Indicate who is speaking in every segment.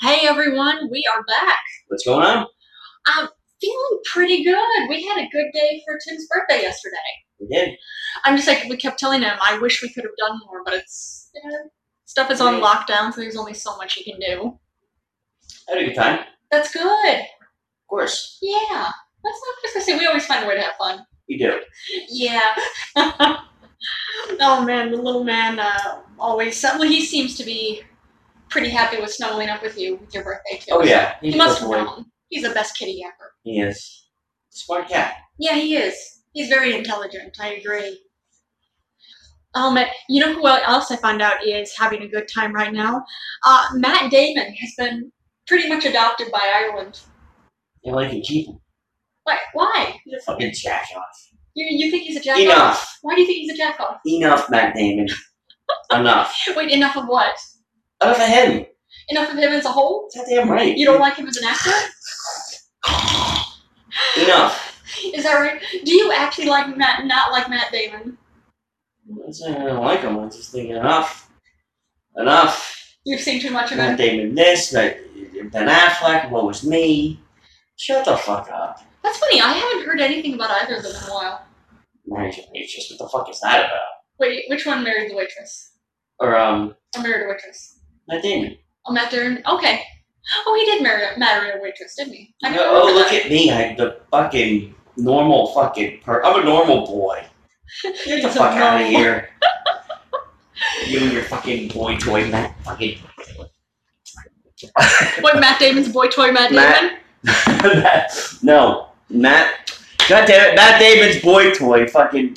Speaker 1: Hey everyone, we are back.
Speaker 2: What's going on?
Speaker 1: Feeling pretty good. We had a good day for Tim's birthday yesterday.
Speaker 2: We did.
Speaker 1: I'm just like we kept telling him, I wish we could have done more, but it's yeah, stuff is on
Speaker 2: Yeah.
Speaker 1: lockdown, so there's only so much you can do.
Speaker 2: Had a good time. Of
Speaker 1: That's good.
Speaker 2: course.
Speaker 1: Yeah. That's not just gonna say we always find a way to have fun.
Speaker 2: You do.
Speaker 1: Yeah. oh man, the little man uh, always well he seems to be pretty happy with snuggling up with you with your birthday too.
Speaker 2: Oh, yeah. He's
Speaker 1: He must
Speaker 2: a
Speaker 1: have
Speaker 2: boy.
Speaker 1: known. He's the best kitty ever.
Speaker 2: He is. Smart cat.
Speaker 1: Yeah, he is. He's very intelligent. I agree. Um, you know who else I found out is having a good time right now? Uh, Matt Damon has been pretty much adopted by Ireland.
Speaker 2: You like to keep him.
Speaker 1: Why? Why?
Speaker 2: You're a fucking jack off.
Speaker 1: You, you think he's a jackoff?
Speaker 2: Enough.
Speaker 1: Why do you think he's a jackoff?
Speaker 2: Enough, Matt Damon. Enough.
Speaker 1: Wait, enough of what?
Speaker 2: Enough of him.
Speaker 1: Enough of him as a whole?
Speaker 2: That's damn right.
Speaker 1: You don't like him as an actor?
Speaker 2: Enough.
Speaker 1: Is that right? Do you actually like Matt? Not like Matt Damon?
Speaker 2: I'm not saying I don't like him. I'm just thinking enough. Enough.
Speaker 1: You've seen too much of
Speaker 2: Matt
Speaker 1: him.
Speaker 2: Damon this, Matt Ben Affleck, what was me? Shut the fuck up.
Speaker 1: That's funny. I haven't heard anything about either of them in a while.
Speaker 2: Marriage of Waitress, what the fuck is that about?
Speaker 1: Wait, which one married the waitress?
Speaker 2: Or, um,
Speaker 1: I married a waitress.
Speaker 2: Matt Damon.
Speaker 1: Oh, Matt Dern. Okay. Oh, he did marry, marry a waitress, didn't he? I never
Speaker 2: oh,
Speaker 1: remember
Speaker 2: look
Speaker 1: that.
Speaker 2: at me. I'm the fucking normal fucking per. I'm a normal boy. Get the
Speaker 1: He's a
Speaker 2: fuck out of
Speaker 1: normal-
Speaker 2: here. you and your fucking boy toy, Matt. Fucking.
Speaker 1: What, Matt Damon's boy toy, Matt Damon?
Speaker 2: Matt- Matt- no. Matt. God damn it. Matt Damon's boy toy. Fucking.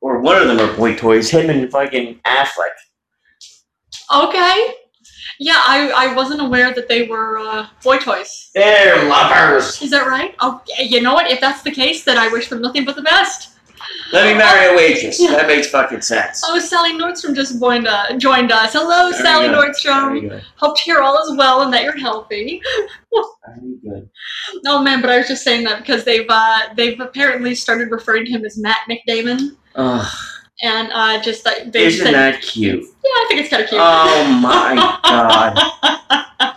Speaker 2: Or one of them are boy toys. Him and fucking Affleck.
Speaker 1: Okay. Yeah, I, I wasn't aware that they were uh, boy toys.
Speaker 2: They're lovers.
Speaker 1: Is that right? Oh, y- you know what? If that's the case, then I wish them nothing but the best.
Speaker 2: Let me marry a waitress.
Speaker 1: Yeah.
Speaker 2: That makes fucking sense.
Speaker 1: Oh, Sally Nordstrom just joined, uh, joined us. Hello,
Speaker 2: Very
Speaker 1: Sally
Speaker 2: good.
Speaker 1: Nordstrom.
Speaker 2: Very good.
Speaker 1: Hope to hear all is well and that you're healthy.
Speaker 2: Very good.
Speaker 1: Oh man, but I was just saying that because they've uh, they've apparently started referring to him as Matt McDamon,
Speaker 2: Ugh,
Speaker 1: and uh, just like they
Speaker 2: isn't
Speaker 1: said,
Speaker 2: that cute?
Speaker 1: Yeah, I think it's kind of cute.
Speaker 2: Oh my god.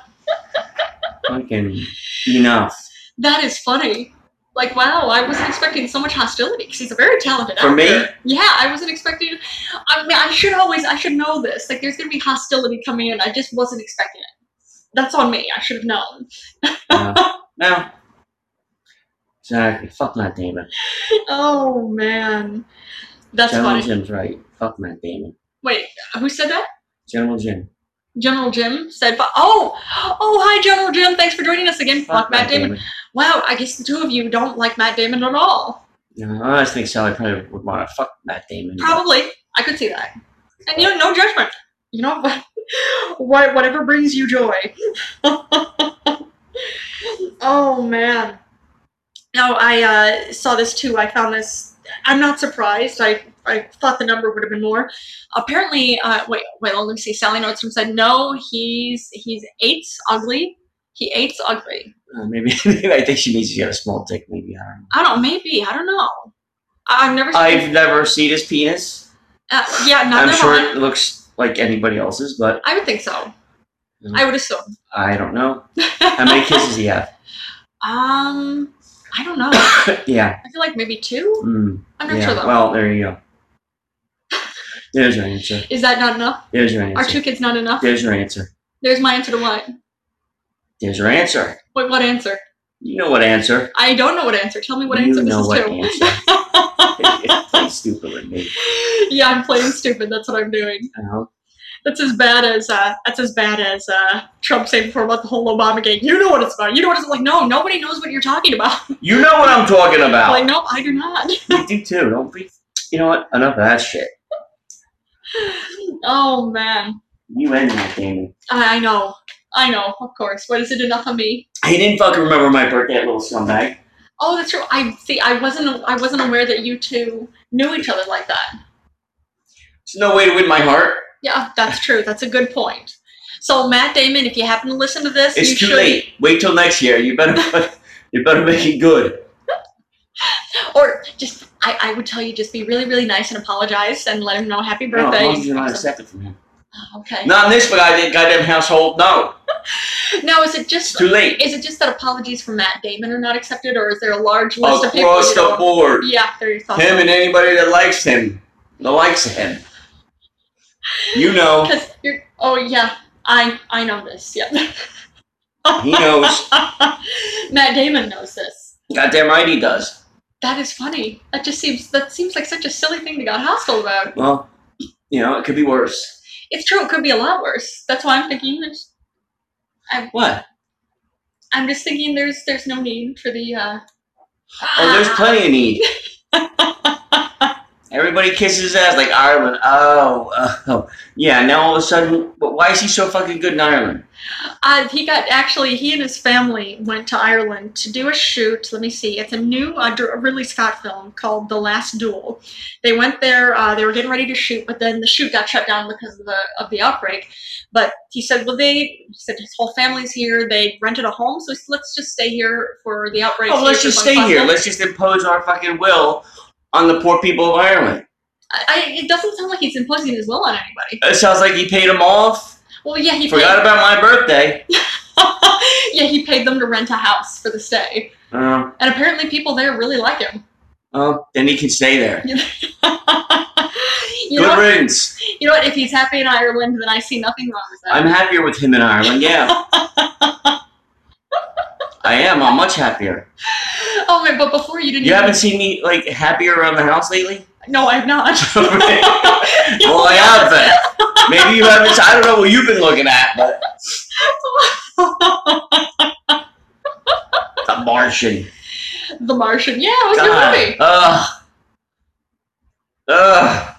Speaker 2: Fucking enough.
Speaker 1: that is funny. Like, wow, I wasn't expecting so much hostility because he's a very talented
Speaker 2: For me?
Speaker 1: actor. Yeah, I wasn't expecting. I mean, I should always, I should know this. Like, there's going to be hostility coming in. I just wasn't expecting it. That's on me. I should have known.
Speaker 2: No. no. Exactly. Fuck Matt Damon.
Speaker 1: Oh, man. That's
Speaker 2: General
Speaker 1: funny.
Speaker 2: Jim's right. Fuck Matt Damon.
Speaker 1: Wait, who said that?
Speaker 2: General Jim.
Speaker 1: General Jim said, fu- oh, oh, hi, General Jim. Thanks for joining us again. Fuck, Matt Damon. Wow, I guess the two of you don't like Matt Damon at all.
Speaker 2: No, I honestly think Sally probably would want to fuck Matt Damon. but
Speaker 1: Probably. I could see that. And you know, no judgment. You know, what, whatever brings you joy. oh, man. No, I uh, saw this too. I found this. I'm not surprised. I, I thought the number would have been more. Apparently, uh, wait, wait, let me see. Sally Nordstrom said, no, he's he's eights ugly. He eights ugly.
Speaker 2: uh, maybe, maybe I think she needs to get a small dick. Maybe I don't know.
Speaker 1: I don't, maybe. I don't know. I- I've never seen.
Speaker 2: I've never seen his penis.
Speaker 1: uh, yeah, not
Speaker 2: I'm
Speaker 1: that
Speaker 2: sure
Speaker 1: one.
Speaker 2: it looks like anybody else's, but
Speaker 1: I would think so.
Speaker 2: Mm.
Speaker 1: I would assume.
Speaker 2: I don't know. How many kisses he have?
Speaker 1: Um, I don't know. I
Speaker 2: yeah.
Speaker 1: feel like maybe two.
Speaker 2: Mm,
Speaker 1: I'm not
Speaker 2: yeah.
Speaker 1: sure though.
Speaker 2: Well, there you go. There's your answer.
Speaker 1: Is that not enough?
Speaker 2: There's your answer.
Speaker 1: Are two kids not enough?
Speaker 2: There's your answer.
Speaker 1: There's my answer to what?
Speaker 2: There's your answer.
Speaker 1: Wait, what answer?
Speaker 2: You know what answer.
Speaker 1: I don't know what answer. Tell me what
Speaker 2: you
Speaker 1: answer this
Speaker 2: know
Speaker 1: is
Speaker 2: what
Speaker 1: to.
Speaker 2: answer. Play stupid with me.
Speaker 1: yeah, I'm playing stupid. That's what I'm doing.
Speaker 2: Uh-huh.
Speaker 1: That's as bad as uh, that's as bad as uh, Trump saying before about the whole Obamagate. You know what it's about. You know what it's like. No, nobody knows what you're talking about.
Speaker 2: You know what I'm talking
Speaker 1: like,
Speaker 2: about.
Speaker 1: no, I do not.
Speaker 2: You do too. Don't be. You know what? Enough of that shit.
Speaker 1: oh man,
Speaker 2: You and Matt Damon.
Speaker 1: I, I know, I know. Of course. What is it enough of me?
Speaker 2: He didn't fucking remember my birthday, little scumbag.
Speaker 1: Oh, that's true. I see. I wasn't. I wasn't aware that you two knew each other like that.
Speaker 2: There's no way to win my heart.
Speaker 1: Yeah, that's true. That's a good point. So, Matt Damon, if you happen to listen to this,
Speaker 2: It's
Speaker 1: you
Speaker 2: too
Speaker 1: should.
Speaker 2: late. Wait till next year. You better. you better make it good.
Speaker 1: Or just, I, I would tell you, just be really, really nice and apologize and let him know happy
Speaker 2: No, as
Speaker 1: birthday.
Speaker 2: long as you're not accepted from him.
Speaker 1: okay.
Speaker 2: Not in this guy, goddamn household. No.
Speaker 1: Now, is it
Speaker 2: It's
Speaker 1: just
Speaker 2: too late.
Speaker 1: is it just that apologies from Matt Damon are not accepted, or is there a large list of people?
Speaker 2: Across
Speaker 1: you don't-
Speaker 2: the board.
Speaker 1: Yeah, there you go.
Speaker 2: Him and anybody that likes him. The likes of him. You know.
Speaker 1: because you're. Oh yeah, I I know this. Yeah.
Speaker 2: He knows.
Speaker 1: Matt Damon knows this.
Speaker 2: Goddamn right he does.
Speaker 1: That is funny. That just seems that seems like such a silly thing to get hostile about.
Speaker 2: Well, you know, it could be worse.
Speaker 1: It's true. It could be a lot worse. That's why I'm thinking. There's,
Speaker 2: What?
Speaker 1: I'm just thinking. There's there's no need for the. uh Ah!
Speaker 2: Oh, there's plenty of need. Everybody kisses his ass like Ireland. Oh, oh. Yeah, now all of a sudden, but why is he so fucking good in Ireland?
Speaker 1: Uh, he got actually. He and his family went to Ireland to do a shoot. Let me see. It's a new uh, dir- Ridley Scott film called The Last Duel. They went there. Uh, they were getting ready to shoot, but then the shoot got shut down because of the of the outbreak. But he said, "Well, they he said his whole family's here. They rented a home, so he said, let's just stay here for the outbreak."
Speaker 2: Oh, let's
Speaker 1: see if
Speaker 2: just
Speaker 1: we
Speaker 2: stay
Speaker 1: can find
Speaker 2: here.
Speaker 1: them."
Speaker 2: Let's just impose our fucking will on the poor people of Ireland.
Speaker 1: I, I, it doesn't sound like he's imposing his will on anybody.
Speaker 2: It sounds like he paid them off.
Speaker 1: Well, yeah, he
Speaker 2: He forgot
Speaker 1: paid,
Speaker 2: about my birthday.
Speaker 1: yeah, he paid them to rent a house for the stay,
Speaker 2: Oh,
Speaker 1: and apparently people there really like him.
Speaker 2: oh, then he can stay there.
Speaker 1: you
Speaker 2: good
Speaker 1: know,
Speaker 2: riddance.
Speaker 1: You know what? If he's happy in Ireland, then I see nothing wrong with that.
Speaker 2: I'm happier with him in Ireland. Yeah, I am. I'm much happier.
Speaker 1: oh my! But before you didn't.
Speaker 2: You
Speaker 1: even-
Speaker 2: haven't seen me like happier around the house lately.
Speaker 1: No, I've not.
Speaker 2: Well, I have been. Maybe you haven't. I don't know what you've been looking at, but the Martian.
Speaker 1: the Martian. Yeah, it was a
Speaker 2: God.
Speaker 1: good movie.
Speaker 2: Ugh. Ugh.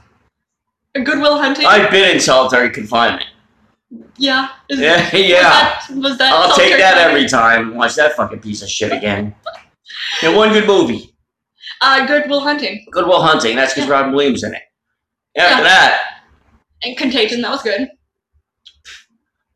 Speaker 1: Goodwill Hunting.
Speaker 2: I've been in solitary confinement.
Speaker 1: yeah. Is-
Speaker 2: Yeah,
Speaker 1: Was
Speaker 2: yeah.
Speaker 1: that, was that
Speaker 2: I'll take
Speaker 1: solitary
Speaker 2: that
Speaker 1: confinement?
Speaker 2: every time. and Watch that fucking piece of shit again. Yeah, one good movie.
Speaker 1: Uh, Goodwill Hunting
Speaker 2: Goodwill Hunting. That's because Robin Williams in it.
Speaker 1: Yeah.
Speaker 2: After that,
Speaker 1: and Contagion. That was good.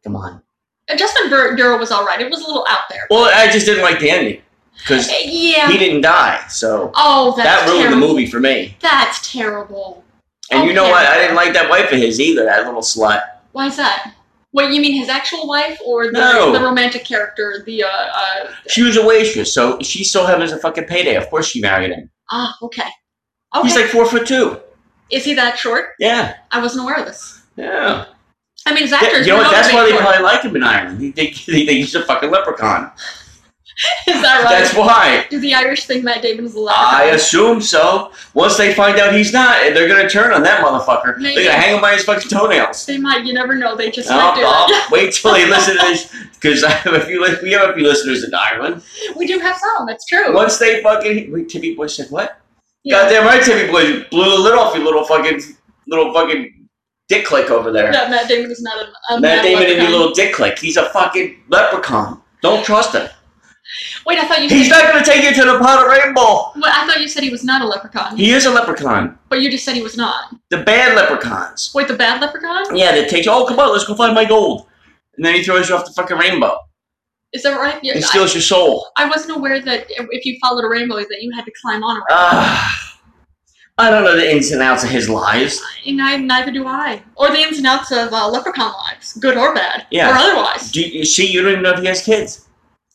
Speaker 2: come on.
Speaker 1: And Justin Bur- Duro was all right. It was a little out there.
Speaker 2: Well, I just didn't like the ending because
Speaker 1: Uh, yeah.
Speaker 2: he didn't die, so
Speaker 1: oh, that's
Speaker 2: that ruined
Speaker 1: terrible.
Speaker 2: the movie for me.
Speaker 1: That's terrible.
Speaker 2: And you know
Speaker 1: Okay.
Speaker 2: what? I didn't like that wife of his either. That little slut.
Speaker 1: Why is that? What you mean, his actual wife or the,
Speaker 2: No.
Speaker 1: the romantic character? The uh, uh,
Speaker 2: She was a waitress, so she's still having a fucking payday. Of course, she married him.
Speaker 1: ah, okay. Okay.
Speaker 2: He's like four foot two.
Speaker 1: Is he that short?
Speaker 2: Yeah,
Speaker 1: I wasn't aware of this.
Speaker 2: yeah.
Speaker 1: I mean, his
Speaker 2: Th-
Speaker 1: actors.
Speaker 2: you know
Speaker 1: were
Speaker 2: what? That's why
Speaker 1: already
Speaker 2: they
Speaker 1: short.
Speaker 2: probably like him in Ireland. They think, they think he's a fucking leprechaun.
Speaker 1: Is that right?
Speaker 2: That's Ah, why.
Speaker 1: Do the Irish think Matt Damon is a
Speaker 2: I
Speaker 1: leprechaun?
Speaker 2: assume so. Once they find out he's not, they're gonna turn on that motherfucker.
Speaker 1: Maybe.
Speaker 2: They're gonna hang him by his fucking toenails.
Speaker 1: They might. You never know. They just
Speaker 2: Ah,
Speaker 1: might do
Speaker 2: I'll,
Speaker 1: that.
Speaker 2: I'll wait till they listen to this because I have a few. li- We have a few listeners in Ireland.
Speaker 1: We do have some. That's true.
Speaker 2: Once they fucking wait, Timmy Boy said what?
Speaker 1: Yeah.
Speaker 2: Goddamn right, Timmy Boy blew the lid off your little fucking little fucking dick click over there.
Speaker 1: That Matt Damon is not a, a
Speaker 2: Matt
Speaker 1: mad
Speaker 2: Damon and
Speaker 1: leprechaun.
Speaker 2: your little dick click. He's a fucking leprechaun. Don't trust him.
Speaker 1: Wait, I thought you
Speaker 2: He's
Speaker 1: said.
Speaker 2: not gonna take you to the pot of rainbow.
Speaker 1: Well, I thought you said he was not a leprechaun,
Speaker 2: He is a leprechaun.
Speaker 1: but you just said he was not.
Speaker 2: The bad leprechauns.
Speaker 1: Wait, the bad leprechaun?
Speaker 2: Yeah, that takes you, oh, come on, let's go find my gold. And then he throws you off the fucking rainbow
Speaker 1: Is that right? Yeah,
Speaker 2: and steals your soul.
Speaker 1: I, I wasn't aware that if you followed a rainbow, that you had to climb on a rainbow.
Speaker 2: Ah. I don't know the ins and outs of his lives.
Speaker 1: And I, neither do I. Or the ins and outs of uh, leprechaun lives, good or bad,
Speaker 2: Yeah.
Speaker 1: or otherwise.
Speaker 2: Do you, you see, you don't even know if he has kids.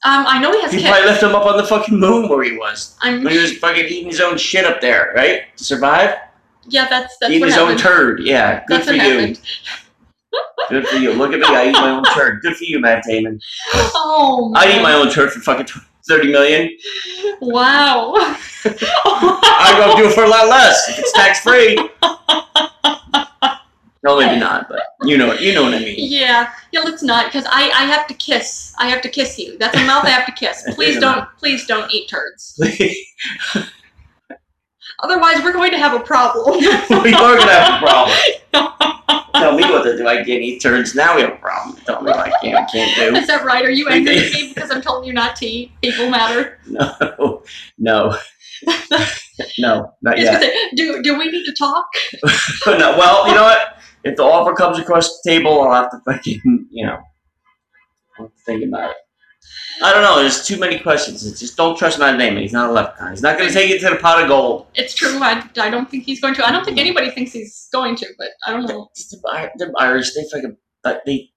Speaker 1: Um, I know he has
Speaker 2: He
Speaker 1: kids.
Speaker 2: probably left him up on the fucking moon where he was.
Speaker 1: I'm.
Speaker 2: When he was fucking eating his own shit up there, right? To survive?
Speaker 1: Yeah, that's that's
Speaker 2: eating
Speaker 1: what
Speaker 2: his
Speaker 1: happened.
Speaker 2: own turd. Yeah, good
Speaker 1: that's
Speaker 2: for
Speaker 1: what
Speaker 2: you.
Speaker 1: happened.
Speaker 2: Good for you. Look at me, I eat my own turd. Good for you, Matt Damon.
Speaker 1: Oh. Man.
Speaker 2: I'd eat my own turd for fucking 30 million.
Speaker 1: Wow.
Speaker 2: I'd go do it for a lot less. if It's tax free. No, maybe not, but you know you know what I mean.
Speaker 1: yeah. Yeah. Let's not, because I I have to kiss. I have to kiss you. That's a mouth I have to kiss.
Speaker 2: It
Speaker 1: Please
Speaker 2: is a
Speaker 1: don't. Please don't eat turds. Otherwise, we're going to have a problem.
Speaker 2: we are gonna have a problem. Tell me what to do. I can't eat turns. Now we have a problem. Tell me what I can not can't
Speaker 1: Is that right? Are you angry at me because I'm telling you not to eat? People matter.
Speaker 2: do. No. No. No, not
Speaker 1: It's 'cause
Speaker 2: yet.
Speaker 1: they- do do we need to talk?
Speaker 2: No, well, you know what? If the offer comes across the table, I'll have to fucking, you know, I'll have to think about it. I don't know. There's too many questions. It's just don't trust my name. He's not a leprechaun. He's not going to take you to the pot of gold.
Speaker 1: It's true. I, I don't think he's going to. I don't think anybody thinks he's going to. But I don't know.
Speaker 2: It's the, Ir- the Irish, they fucking, but they,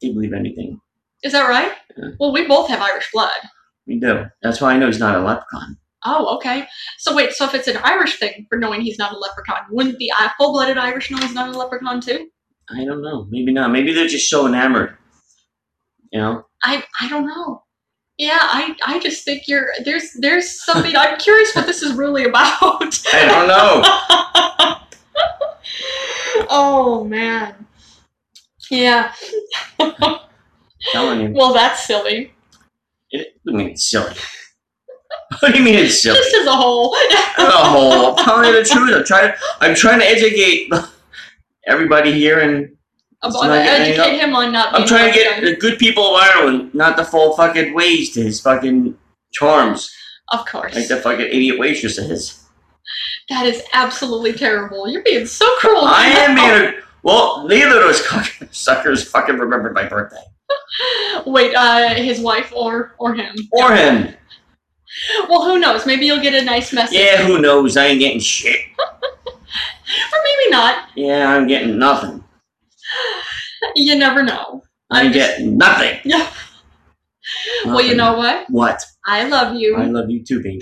Speaker 2: they believe anything.
Speaker 1: Is that right?
Speaker 2: Yeah.
Speaker 1: Well, we both have Irish blood.
Speaker 2: We do. That's why I know he's not a leprechaun.
Speaker 1: Oh, okay. So wait, so if it's an Irish thing for knowing he's not a leprechaun, wouldn't the I- full-blooded Irish know he's not a leprechaun too?
Speaker 2: I don't know. Maybe not. Maybe they're just so enamored. You know?
Speaker 1: I I don't know. Yeah, I I just think you're there's there's something I'm curious what this is really about.
Speaker 2: I don't know.
Speaker 1: oh man. Yeah.
Speaker 2: telling you.
Speaker 1: Well, that's silly.
Speaker 2: It, what do you mean it's silly? what do you mean it's silly?
Speaker 1: Just as a whole.
Speaker 2: Oh, I'm telling you the truth. I'm trying. I'm trying to educate everybody here, and
Speaker 1: About
Speaker 2: not getting any
Speaker 1: educate him on not.
Speaker 2: I'm
Speaker 1: being
Speaker 2: trying to get
Speaker 1: leprechaun.
Speaker 2: the good people of Ireland not to fall fucking ways to his fucking charms,
Speaker 1: Of course.
Speaker 2: like the fucking idiot waitress is.
Speaker 1: that is absolutely terrible. You're being so cruel.
Speaker 2: I am being. A, well, neither of those fucking suckers fucking remembered my birthday
Speaker 1: Wait, uh, his wife or or him?
Speaker 2: or him.
Speaker 1: Well, who knows? Maybe you'll get a nice message.
Speaker 2: Yeah, who knows? I ain't getting shit.
Speaker 1: Or maybe not.
Speaker 2: Yeah, I'm getting nothing.
Speaker 1: You never know.
Speaker 2: I'm
Speaker 1: I'm just-
Speaker 2: getting nothing.
Speaker 1: Yeah. Well, you
Speaker 2: Nothing.
Speaker 1: know what?
Speaker 2: what?
Speaker 1: I love
Speaker 2: I
Speaker 1: you.
Speaker 2: love you too, baby.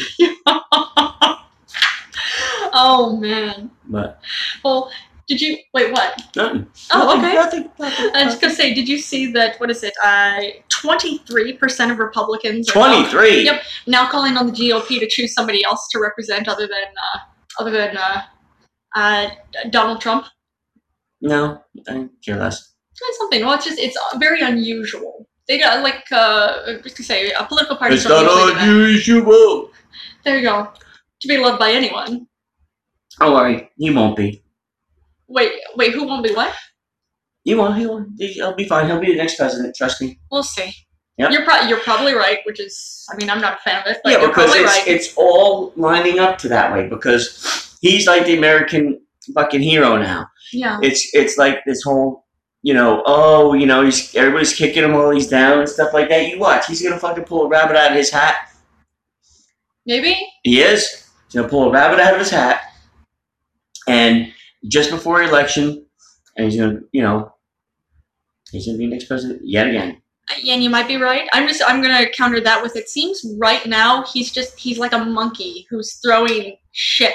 Speaker 1: oh man.
Speaker 2: But
Speaker 1: Well, did you wait? What?
Speaker 2: nothing.
Speaker 1: Oh, okay.
Speaker 2: Nothing. nothing,
Speaker 1: I was
Speaker 2: nothing.
Speaker 1: just gonna say, did you see that? What is it? uh, Twenty-three percent of Republicans are now,
Speaker 2: 23.
Speaker 1: Yep. now calling on the GOP to choose somebody else to represent other than uh, other than uh, uh, Donald Trump.
Speaker 2: No, I care less.
Speaker 1: That's something. Well, it's just it's very unusual. They got like uh, I was gonna say a political party.
Speaker 2: It's not unusual.
Speaker 1: There you go. To be loved by anyone.
Speaker 2: Don't worry, he won't be.
Speaker 1: Wait, wait. Who won't be what?
Speaker 2: He won't. He won't. He- He'll be fine. He'll be the next president. Trust me.
Speaker 1: We'll see.
Speaker 2: Yep.
Speaker 1: You're probably you're probably right, which is I mean I'm not a fan of it, but
Speaker 2: yeah,
Speaker 1: you're
Speaker 2: because
Speaker 1: probably
Speaker 2: it's
Speaker 1: right.
Speaker 2: it's all lining up to that way because he's like the American fucking hero now.
Speaker 1: yeah.
Speaker 2: It's it's like this whole you know oh you know he's everybody's kicking him while he's down and stuff like that. You watch, he's gonna fucking pull a rabbit out of his hat.
Speaker 1: Maybe.
Speaker 2: He is. He's gonna pull a rabbit out of his hat, and just before election, and he's gonna, you know, he's gonna be next president yet again.
Speaker 1: And you might be right. I'm just I'm gonna counter that with it seems right now he's just he's like a monkey who's throwing shit.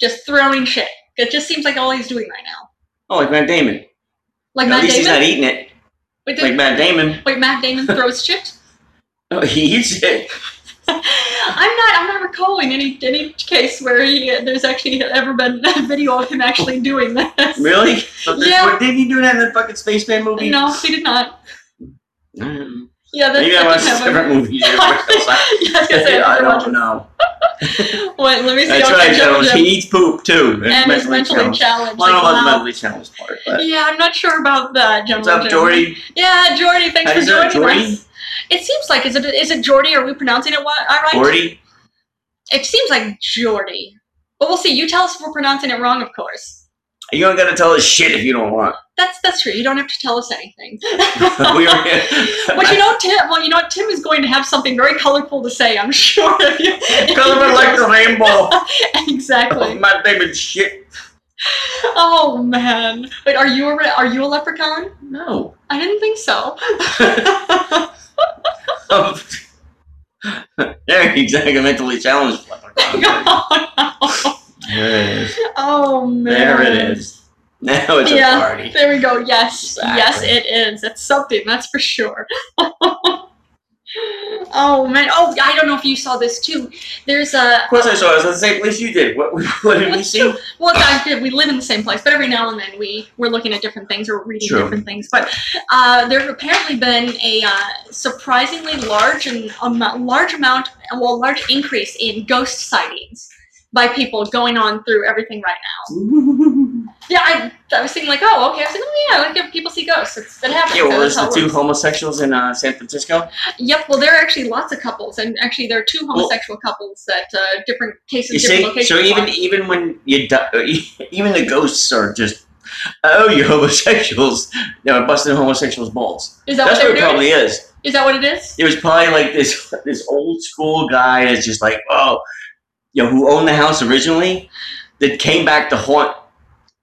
Speaker 1: Just throwing shit. It just seems like all he's doing right now.
Speaker 2: Oh, like Matt Damon.
Speaker 1: Like
Speaker 2: At
Speaker 1: Matt
Speaker 2: least
Speaker 1: Damon.
Speaker 2: he's not eating it.
Speaker 1: wait,
Speaker 2: Like Matt Damon.
Speaker 1: wait, Matt Damon throws shit.
Speaker 2: No, he eats it.
Speaker 1: I'm not. I'm not recalling any any case where he there's actually ever been a video of him actually doing this.
Speaker 2: Really? But this-
Speaker 1: Yeah.
Speaker 2: what- Didn't he do that in the fucking Spaceman movie?
Speaker 1: No, he did not.
Speaker 2: I don't know.
Speaker 1: Yeah, that's
Speaker 2: Maybe I watched
Speaker 1: that's-
Speaker 2: different movies.
Speaker 1: yeah, I was gonna say,
Speaker 2: I
Speaker 1: I
Speaker 2: don't know.
Speaker 1: Wait, let me see.
Speaker 2: That's
Speaker 1: okay,
Speaker 2: right,
Speaker 1: Jim,
Speaker 2: Jones.
Speaker 1: Jim.
Speaker 2: He eats poop too. It's
Speaker 1: And he's mentally
Speaker 2: challenged.
Speaker 1: challenged.
Speaker 2: I
Speaker 1: like,
Speaker 2: don't know about the
Speaker 1: wow.
Speaker 2: mentally challenged part, but
Speaker 1: Yeah, I'm not sure about that,
Speaker 2: what's
Speaker 1: gentlemen.
Speaker 2: up, Jordy?
Speaker 1: Yeah, Jordy, thanks
Speaker 2: How
Speaker 1: for
Speaker 2: do you say it,
Speaker 1: joining us. It seems like is it is it Jordy? Are we pronouncing it what? All right.
Speaker 2: Jordy?
Speaker 1: It seems like Jordy, but we'll see. You tell us if we're pronouncing it wrong, of course.
Speaker 2: You ain't gonna tell us shit if you don't want.
Speaker 1: That's that's true. You don't have to tell us anything.
Speaker 2: We are-
Speaker 1: But you know, Tim. Well, you know, Tim is going to have something very colorful to say. I'm sure. If you, if
Speaker 2: Color
Speaker 1: you-
Speaker 2: like the rainbow.
Speaker 1: exactly.
Speaker 2: My favorite shit.
Speaker 1: Oh man! Wait, are you a re- are you a leprechaun?
Speaker 2: No.
Speaker 1: I didn't think so.
Speaker 2: Um, yeah, exactly. Mentally challenged. leprechaun.
Speaker 1: oh
Speaker 2: there
Speaker 1: man!
Speaker 2: it is. There it is. Now it's
Speaker 1: Yeah.
Speaker 2: a party.
Speaker 1: There we go. Yes,
Speaker 2: Exactly.
Speaker 1: yes, it is. It's something that's for sure. oh man! Oh, I don't know if you saw this too. There's a
Speaker 2: Of course, I saw it. It was at the same place you did. What, what did we
Speaker 1: That's
Speaker 2: see?
Speaker 1: true. Well, it's not good. we live in the same place, but every now and then we we're looking at different things or reading
Speaker 2: True.
Speaker 1: different things. But uh, there's apparently been a uh, surprisingly large and amount, large amount, well, large increase in ghost sightings by people going on through everything right now. Yeah, I, I was thinking like, oh, okay. I was like, oh yeah, like if people see ghosts, it's, it happens.
Speaker 2: Yeah, well,
Speaker 1: That's
Speaker 2: there's
Speaker 1: how
Speaker 2: the
Speaker 1: it
Speaker 2: two
Speaker 1: works.
Speaker 2: homosexuals in uh, San Francisco.
Speaker 1: Yep. Well, there are actually lots of couples, and actually there are two homosexual couples that uh, different cases,
Speaker 2: You
Speaker 1: different
Speaker 2: see,
Speaker 1: locations.
Speaker 2: so even
Speaker 1: are.
Speaker 2: even when you di- even the ghosts are just oh, you homosexuals. They were busting homosexuals' balls.
Speaker 1: is that
Speaker 2: That's
Speaker 1: what
Speaker 2: what
Speaker 1: they're
Speaker 2: it
Speaker 1: doing?
Speaker 2: probably is.
Speaker 1: Is that what it is?
Speaker 2: it was probably like this this old school guy that's just like, oh, you know, who owned the house originally that came back to haunt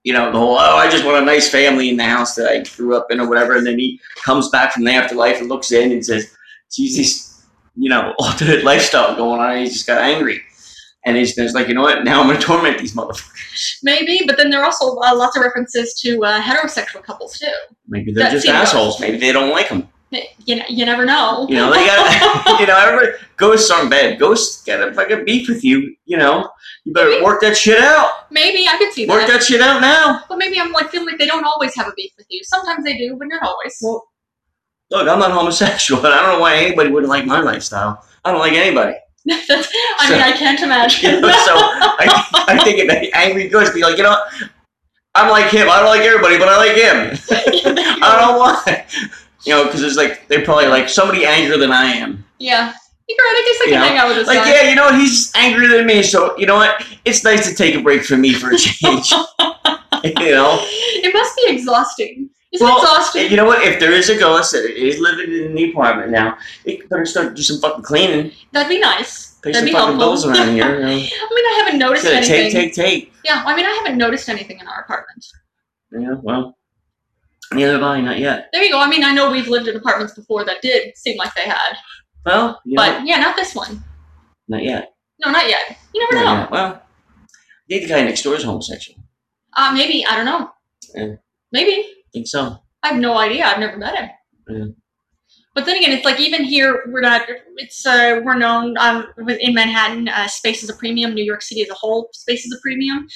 Speaker 2: you know, the whole, oh, I just want a nice family in the house that I grew up in or whatever. And then he comes back from the afterlife and looks in and says, geez, this, you know, alternate lifestyle going on. And he just got angry. And he's just like, you know what? Now I'm going to torment these motherfuckers.
Speaker 1: Maybe, but then there are also uh, lots of references to uh, heterosexual couples too.
Speaker 2: Maybe they're
Speaker 1: That's
Speaker 2: just
Speaker 1: the-
Speaker 2: assholes. Maybe they don't like him.
Speaker 1: You know, you never know.
Speaker 2: You know, they got, you know, everybody, ghosts aren't bad. Ghosts got a fucking beef with you. You know, you better work that shit out.
Speaker 1: maybe I could see
Speaker 2: Work
Speaker 1: that.
Speaker 2: that shit out now.
Speaker 1: But maybe I'm like feeling like they don't always have a beef with you. Sometimes they do, but not always.
Speaker 2: Well, look, I'm not homosexual, and I don't know why anybody wouldn't like my lifestyle. I don't like anybody.
Speaker 1: That's- I mean,
Speaker 2: So-
Speaker 1: I can't
Speaker 2: You
Speaker 1: imagine.
Speaker 2: know, so I, I think an angry ghost be like, you know, what? I'm like him. I don't like everybody, but I like him. I don't know why. You know, because it's like they're probably like somebody angrier than I am.
Speaker 1: yeah, you're right. I guess I can
Speaker 2: You know,
Speaker 1: hang out with this
Speaker 2: Like,
Speaker 1: guy.
Speaker 2: yeah, you know, what? he's angrier than me. So you know what? It's nice to take a break from me for a change. you know.
Speaker 1: It must be exhausting. It's
Speaker 2: Well,
Speaker 1: exhausting.
Speaker 2: You know what? If there is a ghost that is living in the apartment now, it better start to do some fucking cleaning.
Speaker 1: That'd be nice.
Speaker 2: Pay
Speaker 1: That'd
Speaker 2: some
Speaker 1: be helpful.
Speaker 2: fucking bills around here. you
Speaker 1: I
Speaker 2: know.
Speaker 1: mean, I haven't noticed
Speaker 2: Said,
Speaker 1: anything.
Speaker 2: take, take, take.
Speaker 1: Yeah, I mean, I haven't noticed anything in our apartment.
Speaker 2: Yeah, well, neither have I, not yet.
Speaker 1: There you go. I mean, I know we've lived in apartments before that did seem like they had,
Speaker 2: Well, you know,
Speaker 1: but yeah, not this one.
Speaker 2: not yet.
Speaker 1: No, not yet. You never
Speaker 2: Not
Speaker 1: know.
Speaker 2: yet. Well, I think the guy next door is homosexual.
Speaker 1: Uh, maybe I don't know.
Speaker 2: Yeah.
Speaker 1: Maybe
Speaker 2: I think so.
Speaker 1: I have no idea. I've never met him.
Speaker 2: Yeah.
Speaker 1: But then again, it's like even here we're not. It's uh, we're known um, with- in Manhattan. Uh, space is a premium. New York City as a whole, space is a premium.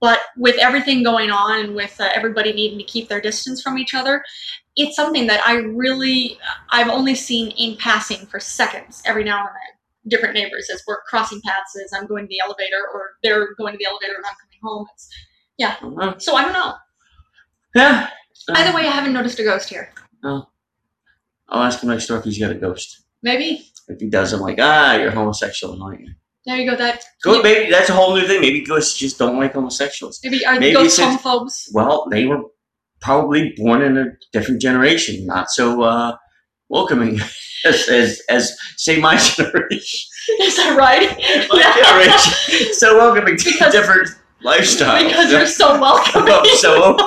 Speaker 1: But with everything going on and with uh, everybody needing to keep their distance from each other, it's something that I really I've only seen in passing for seconds every now and then. Different neighbors as we're crossing paths as I'm going to the elevator or they're going to the elevator and I'm coming home. It's,
Speaker 2: I don't know.
Speaker 1: so I don't know.
Speaker 2: Yeah.
Speaker 1: Either way, I haven't noticed a ghost here.
Speaker 2: I'll ask him next door if he's got a ghost.
Speaker 1: Maybe
Speaker 2: If he does, I'm like, ah, you're homosexual, aren't you?
Speaker 1: there you go. That
Speaker 2: Go,
Speaker 1: Yeah.
Speaker 2: maybe that's a whole new thing. Maybe ghosts just don't like homosexuals.
Speaker 1: Maybe are
Speaker 2: Maybe
Speaker 1: those
Speaker 2: since-
Speaker 1: homophobes?
Speaker 2: Well, they were probably born in a different generation, not so uh, welcoming as, as, as, say, my generation.
Speaker 1: Is that right?
Speaker 2: my generation. So welcoming to
Speaker 1: Because-
Speaker 2: different lifestyles.
Speaker 1: because you're so welcome.
Speaker 2: Oh, so open.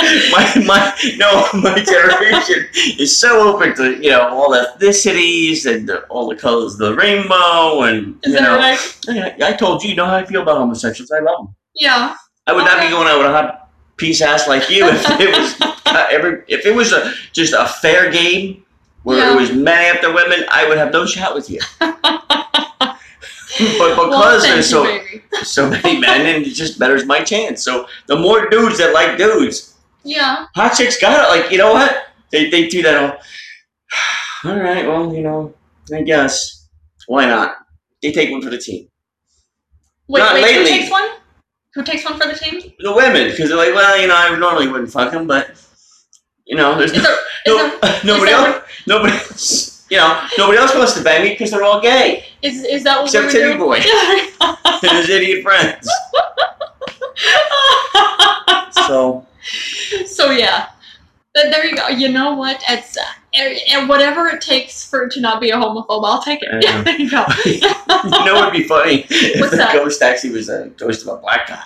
Speaker 2: my my no, my generation is so open to you know all ethnicities and the, all the colors of the rainbow and
Speaker 1: Is
Speaker 2: you
Speaker 1: that
Speaker 2: know.
Speaker 1: right?
Speaker 2: I, I told you, you know how I feel about homosexuals. I love them.
Speaker 1: Yeah.
Speaker 2: I would not
Speaker 1: Okay.
Speaker 2: be going out with a hot piece ass like you if it was uh, every if it was a just a fair game where
Speaker 1: Yeah.
Speaker 2: it was men after women. I would have no shot with you. but because
Speaker 1: well, thank you,
Speaker 2: there's so
Speaker 1: baby.
Speaker 2: so many men, and it just betters my chance. So the more dudes that like dudes,
Speaker 1: Yeah.
Speaker 2: hot chicks got it. Like you know what? They they do that all. All right, well you know, I guess why not? They take one for the team.
Speaker 1: Wait,
Speaker 2: Not
Speaker 1: wait. Who
Speaker 2: lately.
Speaker 1: takes one? Who takes one for the team?
Speaker 2: The women because they're like, well you know, I normally wouldn't fuck them, but you know, there's
Speaker 1: Is there? Is
Speaker 2: no, nobody
Speaker 1: is
Speaker 2: else.
Speaker 1: that
Speaker 2: Nobody else. You know, nobody else wants to bang me because they're all gay.
Speaker 1: there? Is, is that what
Speaker 2: Except
Speaker 1: we were
Speaker 2: Timmy Boy
Speaker 1: doing?
Speaker 2: and his idiot friends. So
Speaker 1: so yeah. But there you go. You know what? It's uh, and- and whatever it takes for to not be a homophobe, I'll take it.
Speaker 2: Yeah.
Speaker 1: there you go.
Speaker 2: you know, it'd be funny if
Speaker 1: What's
Speaker 2: the
Speaker 1: that?
Speaker 2: ghost actually was a ghost of a black guy.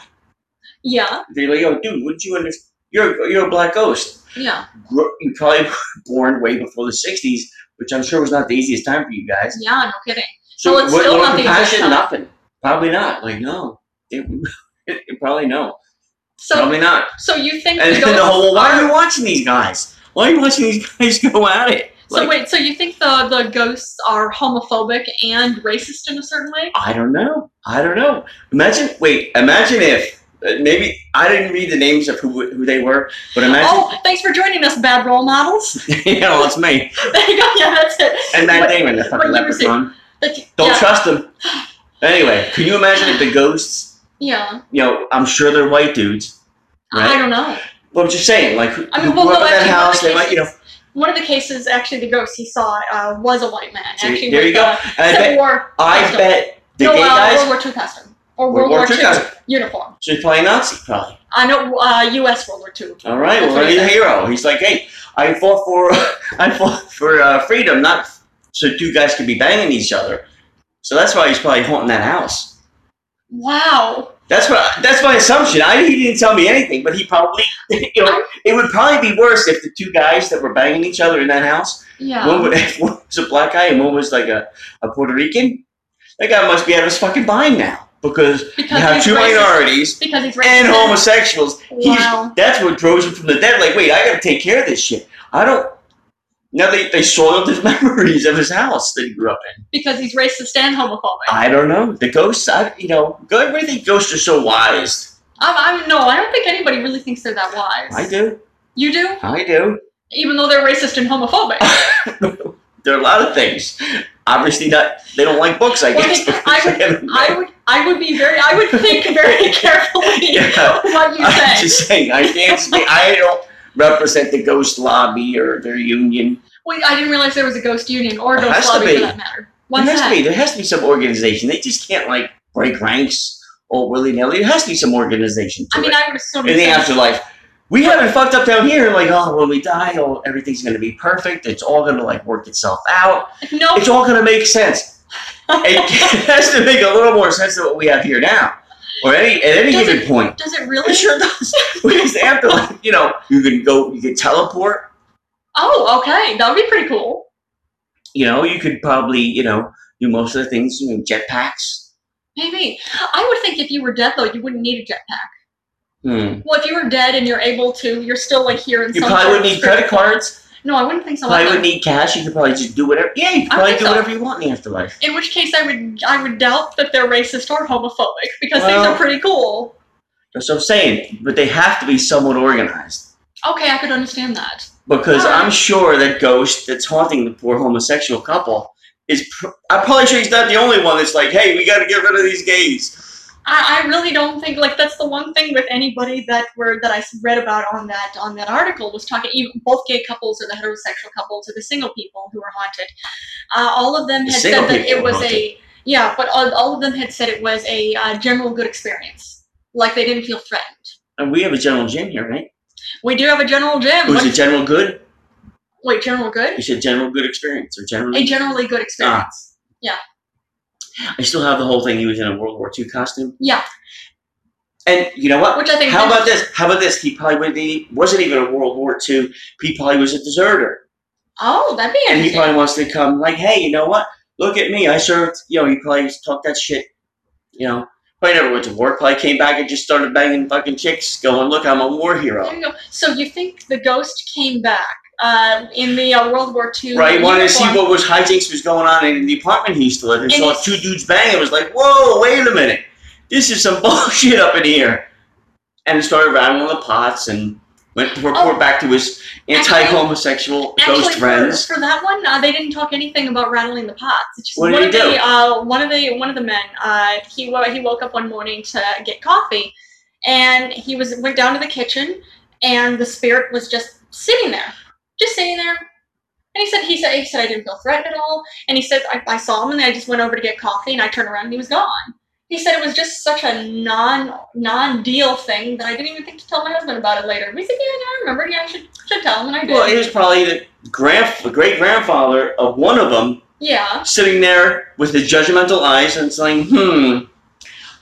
Speaker 1: Yeah.
Speaker 2: They're like, yo, dude, would you understand? You're you're a black ghost.
Speaker 1: Yeah.
Speaker 2: Gro- You probably were born way before the '60s, which I'm sure was not the easiest time for you guys.
Speaker 1: Yeah. No kidding.
Speaker 2: So
Speaker 1: Well, it's
Speaker 2: what,
Speaker 1: still
Speaker 2: what
Speaker 1: not the easiest
Speaker 2: compassion?
Speaker 1: time.
Speaker 2: Nothing. Probably not. Like no, It- it- probably no.
Speaker 1: So
Speaker 2: probably not.
Speaker 1: So you think
Speaker 2: And
Speaker 1: the
Speaker 2: then
Speaker 1: ghosts
Speaker 2: the whole, why are
Speaker 1: are,
Speaker 2: you watching these guys? Why are you watching these guys go at it?
Speaker 1: so wait, so you think the the ghosts are homophobic and racist in a certain way?
Speaker 2: I don't know. I don't know. Imagine, wait, imagine if uh, maybe I didn't read the names of who who they were, but imagine,
Speaker 1: Oh, thanks for joining us, bad role models.
Speaker 2: you know, it's me
Speaker 1: there you go. Yeah, that's it.
Speaker 2: and Matt
Speaker 1: But-
Speaker 2: Damon, the fucking
Speaker 1: but you were saying-
Speaker 2: leprechaun.
Speaker 1: but-
Speaker 2: Don't
Speaker 1: yeah,
Speaker 2: trust him. Anyway, can you imagine if the ghosts?
Speaker 1: yeah.
Speaker 2: You know, I'm sure they're white dudes,
Speaker 1: I
Speaker 2: right?
Speaker 1: don't know.
Speaker 2: But I'm just saying, like, who,
Speaker 1: I mean,
Speaker 2: who
Speaker 1: well,
Speaker 2: grew
Speaker 1: no,
Speaker 2: up in that
Speaker 1: actually, one of
Speaker 2: house,
Speaker 1: the
Speaker 2: they might, you know.
Speaker 1: One of the cases, actually, the ghost he saw uh, was a white man.
Speaker 2: See,
Speaker 1: actually,
Speaker 2: there
Speaker 1: was
Speaker 2: you go.
Speaker 1: a
Speaker 2: And I
Speaker 1: Civil
Speaker 2: bet,
Speaker 1: War.
Speaker 2: I
Speaker 1: custom.
Speaker 2: bet the
Speaker 1: no,
Speaker 2: gay
Speaker 1: uh, World
Speaker 2: guys.
Speaker 1: War II costume or World,
Speaker 2: World War
Speaker 1: War,
Speaker 2: II
Speaker 1: II
Speaker 2: custom.
Speaker 1: uniform.
Speaker 2: So he's probably Nazi, probably.
Speaker 1: I know uh, U.S. World War II.
Speaker 2: All right,
Speaker 1: That's
Speaker 2: well,
Speaker 1: what
Speaker 2: he's
Speaker 1: I
Speaker 2: a
Speaker 1: said.
Speaker 2: hero. He's like, hey, I fought for, I fought for uh, freedom, not so two guys could be banging each other. So that's why he's probably haunting that house.
Speaker 1: Wow.
Speaker 2: That's what. That's my assumption. I he didn't tell me anything, but he probably, you know, it would probably be worse if the two guys that were banging each other in that house,
Speaker 1: Yeah.
Speaker 2: one, was, one was a black guy and one was like a, a Puerto Rican. That guy must be out of his fucking mind now because you
Speaker 1: because
Speaker 2: have
Speaker 1: he's
Speaker 2: two
Speaker 1: racist.
Speaker 2: minorities
Speaker 1: Because he's racist.
Speaker 2: and homosexuals. He's-
Speaker 1: Wow.
Speaker 2: that's what drove him from the dead. Like, wait, I got to take care of this shit. I don't. Now they, they soiled his memories of his house that he grew up in.
Speaker 1: Because he's racist and homophobic.
Speaker 2: I don't know. The ghosts, I, you know, go- I think ghosts are so wise.
Speaker 1: I'm, I'm, no, I don't think anybody really thinks they're that wise.
Speaker 2: I do.
Speaker 1: You do?
Speaker 2: I do.
Speaker 1: Even though they're racist and homophobic.
Speaker 2: There are a lot of things. Obviously, not. They don't like books, I
Speaker 1: Well,
Speaker 2: guess.
Speaker 1: they- I
Speaker 2: because they haven't
Speaker 1: I
Speaker 2: read.
Speaker 1: would I would be very I would think very carefully
Speaker 2: Yeah.
Speaker 1: what you
Speaker 2: I'm
Speaker 1: say.
Speaker 2: just saying. I can't speak. I don't represent the ghost lobby or their union.
Speaker 1: Wait, I didn't realize there was a ghost union or
Speaker 2: There
Speaker 1: ghost
Speaker 2: has to
Speaker 1: lobby
Speaker 2: be.
Speaker 1: for that matter. What's
Speaker 2: there has
Speaker 1: that?
Speaker 2: to be. There has to be some organization. They just can't like break ranks all willy nilly. There has to be some organization. To
Speaker 1: I mean,
Speaker 2: it.
Speaker 1: I would assume.
Speaker 2: in the
Speaker 1: so.
Speaker 2: afterlife. We haven't fucked up down here. Like, oh, when we die, oh, everything's gonna be perfect. It's all gonna like work itself out.
Speaker 1: No,
Speaker 2: it's all going to make sense. It has to make a little more sense than what we have here now, or any at any
Speaker 1: Does
Speaker 2: given
Speaker 1: it-
Speaker 2: point.
Speaker 1: does it
Speaker 2: It
Speaker 1: really?
Speaker 2: sure does. Because after, like, you know, you can go, you can teleport.
Speaker 1: Oh, okay, that would be pretty cool.
Speaker 2: You know, you could probably, you know, do most of the things. You know, jetpacks.
Speaker 1: Maybe I would think if you were dead though, you wouldn't need a jetpack.
Speaker 2: Hmm.
Speaker 1: Well, if you were dead and you're able to, you're still like here in
Speaker 2: You
Speaker 1: some
Speaker 2: probably
Speaker 1: sort
Speaker 2: wouldn't
Speaker 1: of
Speaker 2: need credit
Speaker 1: spiritual-
Speaker 2: cards.
Speaker 1: No, I wouldn't think so.
Speaker 2: Probably
Speaker 1: either.
Speaker 2: wouldn't need cash. You could probably just do whatever. Yeah, you could
Speaker 1: I
Speaker 2: probably
Speaker 1: think
Speaker 2: do
Speaker 1: so.
Speaker 2: whatever you want in the afterlife.
Speaker 1: In which case, I would I would doubt that they're racist or homophobic because things
Speaker 2: Well-
Speaker 1: are pretty cool.
Speaker 2: That's what I'm saying. But they have to be somewhat organized.
Speaker 1: Okay, I could understand that.
Speaker 2: because
Speaker 1: Alright.
Speaker 2: I'm sure that ghost that's haunting the poor homosexual couple is. Pr- I'm probably sure he's not the only one that's like, "Hey, we got to get rid of these gays."
Speaker 1: I, I really don't think like that's the one thing with anybody that were that I s- read about on that on that article was talking even both gay couples or the heterosexual couples or the single people who were haunted. Uh, all of them
Speaker 2: The
Speaker 1: had
Speaker 2: single
Speaker 1: said that
Speaker 2: people
Speaker 1: it
Speaker 2: were
Speaker 1: was
Speaker 2: haunted.
Speaker 1: a yeah, but all, all of them had said it was a uh, general good experience. Like they didn't feel threatened.
Speaker 2: And we have a general Jim here, right?
Speaker 1: We do have a general gym.
Speaker 2: Who's
Speaker 1: What-
Speaker 2: a general good?
Speaker 1: wait, general good?
Speaker 2: It's a general good experience or general.
Speaker 1: A generally
Speaker 2: Ah.
Speaker 1: good experience.
Speaker 2: I still have the whole thing. He was in a World War II costume.
Speaker 1: Yeah,
Speaker 2: And you know what?
Speaker 1: which I think.
Speaker 2: How about this? How about this? He probably wouldn't be- wasn't even a World War II. He probably was a deserter.
Speaker 1: Oh, that'd be
Speaker 2: and he
Speaker 1: interesting.
Speaker 2: probably wants to come like, hey, you know what? Look at me. I served. You know, he probably talked that shit. You know, probably never went to war. Probably came back and just started banging fucking chicks, going, look, I'm a war
Speaker 1: There
Speaker 2: hero.
Speaker 1: you go. So you think the ghost came back uh, in the uh, World War II?
Speaker 2: Right, he wanted to see
Speaker 1: uniform.
Speaker 2: what was hijinks was going on in the apartment he used to live in.
Speaker 1: And
Speaker 2: Saw
Speaker 1: it's-
Speaker 2: two dudes banging. Was like, whoa, wait a minute, this is some bullshit up in here. And started rattling the pots and went to report
Speaker 1: Oh.
Speaker 2: back to his
Speaker 1: Actually-
Speaker 2: anti-homosexual
Speaker 1: Actually,
Speaker 2: ghost
Speaker 1: for-
Speaker 2: friends.
Speaker 1: For, that one, uh, they didn't talk anything about rattling the pots. It's just
Speaker 2: What did
Speaker 1: one
Speaker 2: he
Speaker 1: of
Speaker 2: do?
Speaker 1: the uh, one of the one of the men. Uh, he wo- he woke up one morning to get coffee, and he was went down to the kitchen, and the spirit was just sitting there, just sitting there. And he said he said he said I didn't feel threatened at all. And he said I, I saw him, and then I just went over to get coffee, and I turned around, and he was gone. He said it was just such a non non deal thing that I didn't even think to tell my husband about it later. We said, yeah, yeah, I remember. Yeah, I should should tell him, and I did.
Speaker 2: Well, he was probably the grand, great grandfather of one of them.
Speaker 1: yeah.
Speaker 2: sitting there with his judgmental eyes and saying, hmm,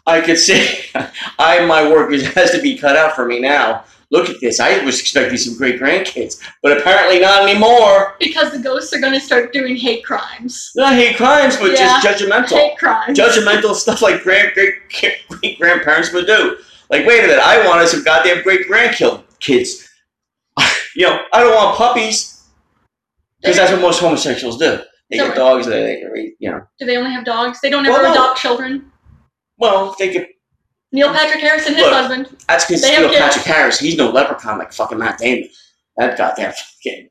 Speaker 2: I could see, I, my work is, has to be cut out for me now. Look at this. I was expecting some great grandkids, but apparently not anymore.
Speaker 1: Because the ghosts are going to start doing hate crimes.
Speaker 2: Not hate crimes, but just judgmental.
Speaker 1: Hate crimes.
Speaker 2: Judgmental stuff like grand, great, great grandparents would do. Like, wait a minute, I wanted some goddamn great grandkids. you know, I don't want puppies. Because that's what most homosexuals do. They get
Speaker 1: Don't-
Speaker 2: dogs, they, they, you know.
Speaker 1: Do they only have dogs? They don't
Speaker 2: Well,
Speaker 1: ever
Speaker 2: no.
Speaker 1: adopt children.
Speaker 2: Well, they could
Speaker 1: Neil Patrick Harris and his
Speaker 2: Look.
Speaker 1: husband.
Speaker 2: That's because
Speaker 1: They
Speaker 2: you know,
Speaker 1: have kids.
Speaker 2: Patrick Harris, he's no leprechaun like fucking Matt Damon. That goddamn fucking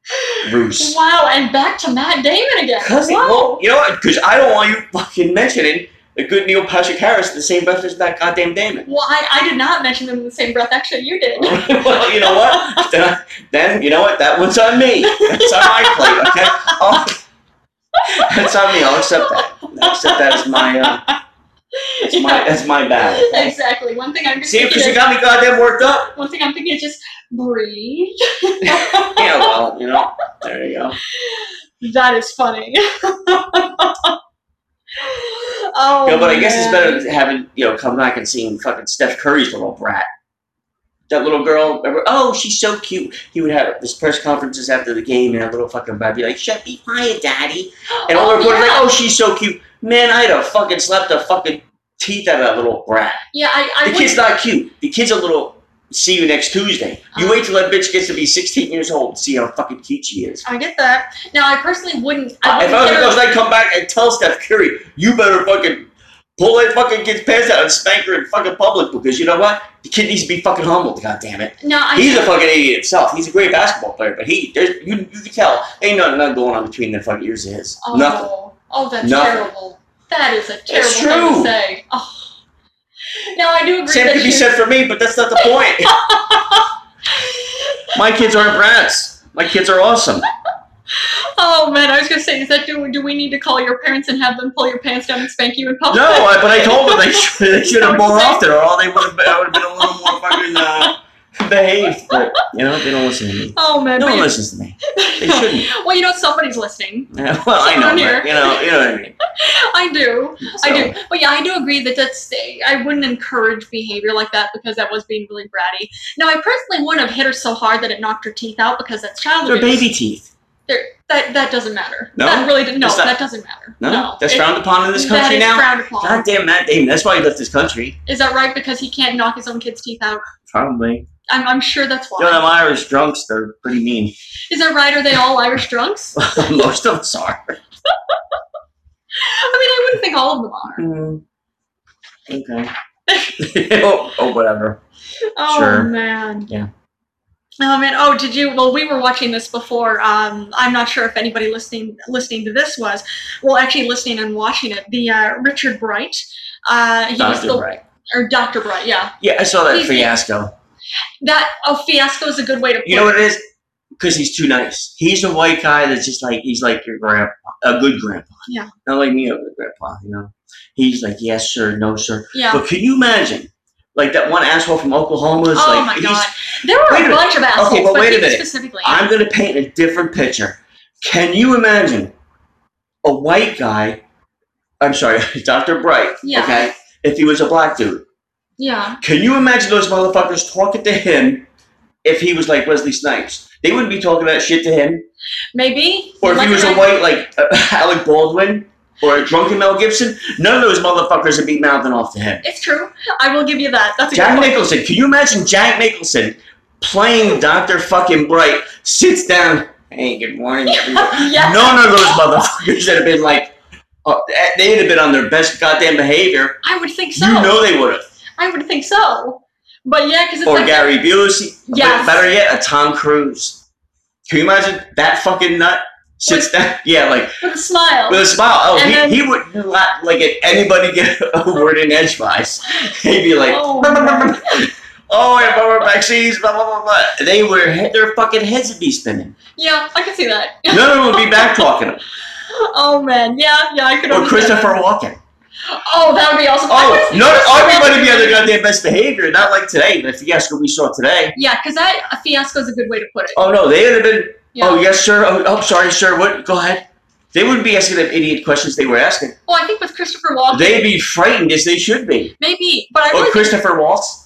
Speaker 2: ruse.
Speaker 1: Wow, and back to Matt Damon again.
Speaker 2: Because
Speaker 1: Wow.
Speaker 2: well, you know what? Because I don't want you fucking mentioning the good Neil Patrick Harris in the same breath as that goddamn Damon.
Speaker 1: Well, I, I did not mention them in the same breath. Actually, you did.
Speaker 2: Oh, well, you know what? Then, I, then you know what? That one's on me. That's on my plate. Okay. I'll, that's on me. I'll accept that. I'll accept that as my uh, as my as my bad. okay?
Speaker 1: exactly. One thing I'm just
Speaker 2: See,
Speaker 1: thinking
Speaker 2: because you
Speaker 1: is,
Speaker 2: got me goddamn worked up.
Speaker 1: one thing I'm thinking is just breathe.
Speaker 2: Yeah, well, you know, there you go.
Speaker 1: That is funny. Oh,
Speaker 2: Yeah, but I guess it's
Speaker 1: man.
Speaker 2: better than having you know come back and seeing fucking Steph Curry's little brat. That little girl, remember? Oh, she's so cute. He would have his press conferences after the game, and that little fucking brat be like, "Shut be quiet, daddy." And all the
Speaker 1: Oh,
Speaker 2: reporters
Speaker 1: yeah.
Speaker 2: like, "Oh, she's so cute." Man, I'd have fucking slapped the fucking teeth out of that little brat.
Speaker 1: Yeah, I, I
Speaker 2: oh, The kid's
Speaker 1: wouldn't-
Speaker 2: not cute. The kid's a little. See you next Tuesday. You
Speaker 1: Uh.
Speaker 2: wait till that bitch gets to be 16 years old. and See how fucking cute she is.
Speaker 1: I get that. Now, I personally wouldn't. I
Speaker 2: If
Speaker 1: wouldn't
Speaker 2: I
Speaker 1: get
Speaker 2: was a coach,
Speaker 1: her-
Speaker 2: I'd come back and tell Steph Curry, you better fucking pull that fucking kid's pants out and spank her in fucking public because you know what? The kid needs to be fucking humbled, god damn it.
Speaker 1: no, I
Speaker 2: He's a fucking idiot himself. He's a great basketball player, but he there's you, you can tell ain't nothing, nothing going on between their fucking ears of his.
Speaker 1: Oh,
Speaker 2: Nothing.
Speaker 1: Oh, that's
Speaker 2: Nothing.
Speaker 1: terrible. That is a terrible
Speaker 2: It's
Speaker 1: thing
Speaker 2: true.
Speaker 1: to say. Oh. Now, I do agree
Speaker 2: Same
Speaker 1: that
Speaker 2: could be
Speaker 1: you-
Speaker 2: said for me, but that's not the point. My kids aren't brats. My kids are awesome.
Speaker 1: Oh man, I was gonna say, is that do, do we need to call your parents and have them pull your pants down and spank you in
Speaker 2: No,
Speaker 1: public?
Speaker 2: I, but I told them they should, they should have more
Speaker 1: Don't say-
Speaker 2: often, or all they would have been, I would have been a little more fucking uh, behaved. But you know, they don't listen to me.
Speaker 1: Oh man,
Speaker 2: No
Speaker 1: but
Speaker 2: one
Speaker 1: you-
Speaker 2: listens to me. They shouldn't.
Speaker 1: well, you know somebody's listening.
Speaker 2: Yeah, well, I know.
Speaker 1: Someone here.
Speaker 2: But, you know. You know what I mean.
Speaker 1: I do, I
Speaker 2: So,
Speaker 1: do. But yeah, I do agree that that's. I wouldn't encourage behavior like that because that was being really bratty. Now, I personally wouldn't have hit her so hard that it knocked her teeth out because that's child
Speaker 2: They're
Speaker 1: abuse.
Speaker 2: baby teeth.
Speaker 1: They're- that that doesn't matter.
Speaker 2: No?
Speaker 1: that really didn't. No,
Speaker 2: It's not-
Speaker 1: that doesn't matter.
Speaker 2: No, that's
Speaker 1: It-
Speaker 2: frowned upon in this country
Speaker 1: That is
Speaker 2: now.
Speaker 1: frowned upon.
Speaker 2: God damn Matt Damon. That's why he left this country.
Speaker 1: Is that right? Because he can't knock his own kids' teeth out.
Speaker 2: Probably.
Speaker 1: I'm, I'm sure that's why.
Speaker 2: You know, them Irish drunks, they're pretty mean.
Speaker 1: Is that right? Are they all Irish drunks? I
Speaker 2: Most of us are.
Speaker 1: mean, I wouldn't think all of them are.
Speaker 2: Okay. oh, oh, whatever.
Speaker 1: Oh
Speaker 2: Sure.
Speaker 1: man.
Speaker 2: Yeah.
Speaker 1: Oh man. Oh, did you? Well, we were watching this before. Um, I'm not sure if anybody listening listening to this was. Well, actually, listening and watching it. The uh, Richard Bright. Uh, he was
Speaker 2: Dr.
Speaker 1: the
Speaker 2: Bright.
Speaker 1: or Doctor Bright. Yeah.
Speaker 2: Yeah, I saw that
Speaker 1: He's-
Speaker 2: fiasco.
Speaker 1: That oh, fiasco is a good way to put
Speaker 2: You know
Speaker 1: it.
Speaker 2: what it is? Because he's too nice. He's a white guy that's just like, he's like your grandpa, a good grandpa.
Speaker 1: Yeah.
Speaker 2: Not like me over the grandpa, you know? He's like, yes, sir, no, sir.
Speaker 1: Yeah.
Speaker 2: But can you imagine, like that one asshole from Oklahoma is
Speaker 1: oh
Speaker 2: like,
Speaker 1: my
Speaker 2: he's-
Speaker 1: god. There were
Speaker 2: Wait a
Speaker 1: a
Speaker 2: minute.
Speaker 1: bunch of assholes,
Speaker 2: but
Speaker 1: but
Speaker 2: wait a
Speaker 1: he
Speaker 2: minute.
Speaker 1: specifically.
Speaker 2: I'm going to paint a different picture. Can you imagine a white guy? I'm sorry, Dr. Bright.
Speaker 1: Yeah.
Speaker 2: Okay. If he was a black dude,
Speaker 1: yeah.
Speaker 2: can you imagine those motherfuckers talking to him? If he was like Wesley Snipes, they wouldn't be talking that shit to him.
Speaker 1: Maybe.
Speaker 2: Or if
Speaker 1: Like
Speaker 2: he was a
Speaker 1: I-
Speaker 2: white like uh, Alec Baldwin or a drunken Mel Gibson, none of those motherfuckers would be mouthing off to him.
Speaker 1: It's true. I will give you that. That's a good
Speaker 2: Jack
Speaker 1: point.
Speaker 2: Nicholson. Can you imagine Jack Nicholson playing Doctor Fucking Bright? Sits down. Hey, good morning. everyone."
Speaker 1: Yes.
Speaker 2: None of those motherfuckers that have been like, uh, they'd have been on their best goddamn behavior.
Speaker 1: I would think so.
Speaker 2: you know they would have.
Speaker 1: I would think so. But yeah, because it's
Speaker 2: Or
Speaker 1: like
Speaker 2: Gary Busey. But
Speaker 1: Yes.
Speaker 2: Better yet, a Tom Cruise. Can you imagine that fucking nut sits down? Yeah, like
Speaker 1: with a smile.
Speaker 2: with a smile. Oh,
Speaker 1: And
Speaker 2: he,
Speaker 1: then-
Speaker 2: he would not like if anybody get a word in edgewise. He'd be like,
Speaker 1: Oh,
Speaker 2: Oh, I have more vaccines, blah, blah, blah, blah. They were, their fucking heads would be spinning.
Speaker 1: yeah, I can see that.
Speaker 2: None of them would be back talking them.
Speaker 1: oh man, yeah, yeah, I could.
Speaker 2: Or
Speaker 1: only-
Speaker 2: Christopher Walken.
Speaker 1: Oh, that would be awesome. I
Speaker 2: Oh,
Speaker 1: wanna see
Speaker 2: no,
Speaker 1: Christopher
Speaker 2: everybody would be on
Speaker 1: Walken.
Speaker 2: their goddamn best behavior. Not like today, the fiasco we saw today.
Speaker 1: Yeah, because that a fiasco is a good way to put it.
Speaker 2: Oh, no, they would have been,
Speaker 1: Yeah.
Speaker 2: oh, yes, sir. Oh, oh, sorry, sir. What? Go ahead. They wouldn't be asking them idiot questions they were asking.
Speaker 1: Well, I think with Christopher Walken,
Speaker 2: They'd be frightened as they should be.
Speaker 1: maybe, but I really
Speaker 2: Or
Speaker 1: think-
Speaker 2: Christopher Waltz.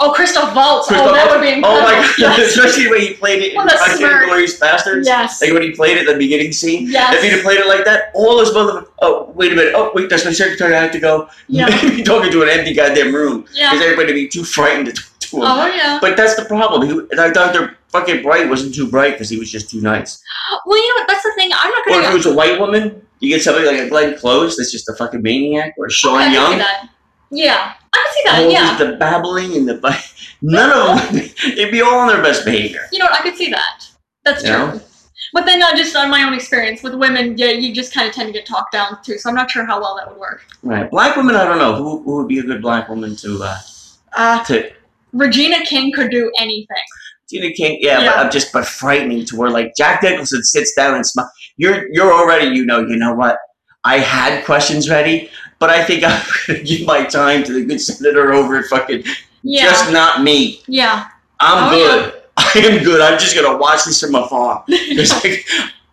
Speaker 1: oh Christoph Waltz.
Speaker 2: Christoph
Speaker 1: oh, that
Speaker 2: Waltz.
Speaker 1: would be
Speaker 2: Oh,
Speaker 1: incredible.
Speaker 2: my God.
Speaker 1: Yes.
Speaker 2: Especially when he played it in
Speaker 1: What a smirk.
Speaker 2: fucking Glorious Bastards.
Speaker 1: yes.
Speaker 2: Like when he played it in the beginning scene.
Speaker 1: Yes.
Speaker 2: If he'd have played it like that, all those mother. Oh, wait a minute. Oh, wait, that's my secretary. I have to go.
Speaker 1: yeah.
Speaker 2: Maybe talking to an empty goddamn room because
Speaker 1: Yeah.
Speaker 2: everybody would be too frightened to talk to him.
Speaker 1: Oh yeah.
Speaker 2: But that's the problem. He, like, Dr. fucking Bright wasn't too bright because he was just too nice.
Speaker 1: Oh, Well, you know what? That's the thing. I'm not
Speaker 2: Or
Speaker 1: gonna.
Speaker 2: if it was a white woman, you get somebody like a Glenn Close that's just a fucking maniac, or Sean
Speaker 1: I can see
Speaker 2: Young.
Speaker 1: that. Yeah, I can see that.
Speaker 2: All
Speaker 1: yeah.
Speaker 2: these- the babbling and the. bu- None of them. It'd be all on their best behavior.
Speaker 1: you know, I could see that. That's true.
Speaker 2: Yeah.
Speaker 1: But then, uh, just on my own experience with women, yeah, you just kind of tend to get talked down to. So I'm not sure how well that would work.
Speaker 2: Right. Black women, I don't know. Who, who would be a good black woman to. Uh,
Speaker 1: Uh,
Speaker 2: to
Speaker 1: Regina King could do anything.
Speaker 2: Tina King, yeah,
Speaker 1: Yeah.
Speaker 2: But, uh, just but frightening to where like Jack Nicholson sits down and smiles. You're you're already you know you know what I had questions ready, but I think I'm gonna give my time to the good senator over at fucking
Speaker 1: Yeah,
Speaker 2: just not me.
Speaker 1: yeah,
Speaker 2: I'm
Speaker 1: Oh,
Speaker 2: good. I am good. I'm just gonna watch this from afar. It's like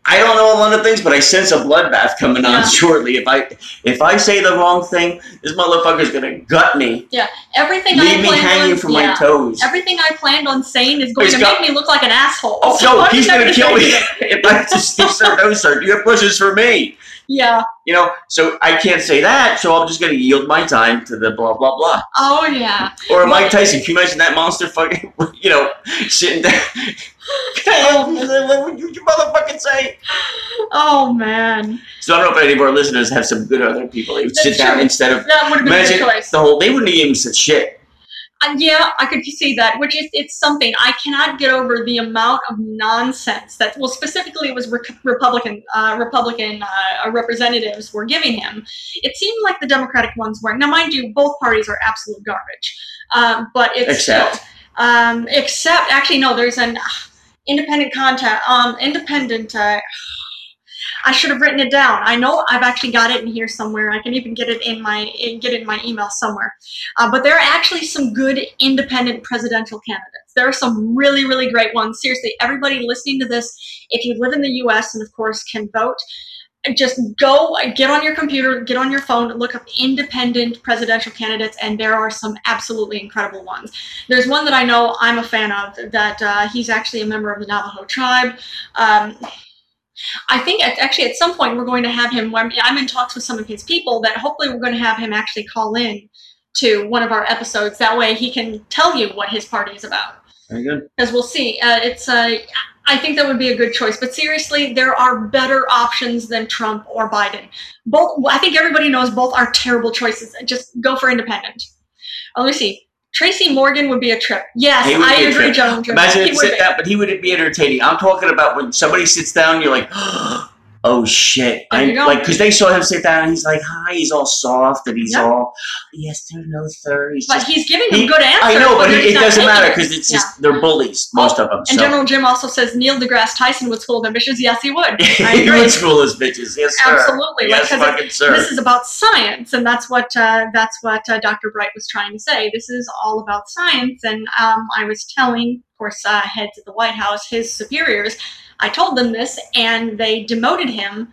Speaker 2: I don't know a lot of things, but I sense a bloodbath coming on
Speaker 1: Yeah.
Speaker 2: shortly. If I if I say the wrong thing, this motherfucker's gonna gut me,
Speaker 1: Everything I
Speaker 2: leave me
Speaker 1: planned
Speaker 2: hanging
Speaker 1: on,
Speaker 2: from
Speaker 1: yeah.
Speaker 2: my toes.
Speaker 1: Everything I planned on saying is going
Speaker 2: He's
Speaker 1: to
Speaker 2: got-
Speaker 1: make me look like an asshole.
Speaker 2: Oh,
Speaker 1: So
Speaker 2: yo,
Speaker 1: I'm
Speaker 2: he's
Speaker 1: not
Speaker 2: gonna kill me
Speaker 1: say it.
Speaker 2: if I just Steve Servo, sir. You have questions for me,
Speaker 1: Yeah.
Speaker 2: you know. So I can't say that. So I'm just gonna yield my time to the blah blah blah.
Speaker 1: Oh yeah.
Speaker 2: Or
Speaker 1: Well-
Speaker 2: Mike Tyson. Can you imagine that monster fucking, you know, sitting down? what would you motherfucking say?
Speaker 1: Oh man.
Speaker 2: So I don't know if any of our listeners have some good other people. They would
Speaker 1: That's
Speaker 2: sit down
Speaker 1: true.
Speaker 2: instead of
Speaker 1: That would have been
Speaker 2: Imagine-
Speaker 1: a good choice.
Speaker 2: the whole. They wouldn't even said shit.
Speaker 1: And yeah, I could see that, which is it's something I cannot get over the amount of nonsense that well, specifically it was Re- Republican uh, Republican uh, representatives were giving him. It seemed like the Democratic ones weren't. Now, mind you, both parties are absolute garbage. Um, but it's
Speaker 2: Except?
Speaker 1: um, except actually no, there's an uh, independent contact um independent. Uh, I should have written it down. I know I've actually got it in here somewhere. I can even get it in my get it in my email somewhere. Uh, but there are actually some good independent presidential candidates. There are some really, really great ones. Seriously, everybody listening to this, if you live in the US and, of course, can vote, just go get on your computer, get on your phone, look up independent presidential candidates, and there are some absolutely incredible ones. There's one that I know I'm a fan of that uh, he's actually a member of the Navajo tribe. Um, I think at, actually at some point we're going to have him. I'm I'm in talks with some of his people that hopefully we're going to have him actually call in to one of our episodes. That way he can tell you what his party is about.
Speaker 2: Very good.
Speaker 1: Because we'll see. Uh, it's uh, I think that would be a good choice. But seriously, there are better options than Trump or Biden. Both. I think everybody knows both are terrible choices. Just go for independent. Oh, let me see. Tracy Morgan would be a trip. Yes,
Speaker 2: He would
Speaker 1: I
Speaker 2: be a
Speaker 1: agree,
Speaker 2: trip.
Speaker 1: John. Jordan.
Speaker 2: Imagine
Speaker 1: He
Speaker 2: it
Speaker 1: would
Speaker 2: sit
Speaker 1: be.
Speaker 2: down, but he would be entertaining. I'm talking about when somebody sits down, you're like, oh shit,
Speaker 1: There you
Speaker 2: And,
Speaker 1: go.
Speaker 2: like because they saw him sit down, and he's like, hi, he's all soft, and he's
Speaker 1: Yeah.
Speaker 2: all yes, there's no third. He's
Speaker 1: But
Speaker 2: just,
Speaker 1: he's giving them
Speaker 2: He-
Speaker 1: good answers.
Speaker 2: I know, but
Speaker 1: whether
Speaker 2: it,
Speaker 1: he's
Speaker 2: it
Speaker 1: not
Speaker 2: doesn't
Speaker 1: taking
Speaker 2: matter
Speaker 1: it.
Speaker 2: because it's
Speaker 1: Yeah.
Speaker 2: just they're bullies, most of them.
Speaker 1: And
Speaker 2: So
Speaker 1: General Jim also says Neil deGrasse Tyson would school them bitches. Yes, he would. I
Speaker 2: he
Speaker 1: agree.
Speaker 2: would school his bitches, yes sir,
Speaker 1: Absolutely.
Speaker 2: yes
Speaker 1: because
Speaker 2: fucking sir.
Speaker 1: this is about science, and that's what uh, that's what uh, Dr. Bright was trying to say. This is all about science, and um, I was telling, of course, uh, heads of the White House, his superiors, I told them this, and they demoted him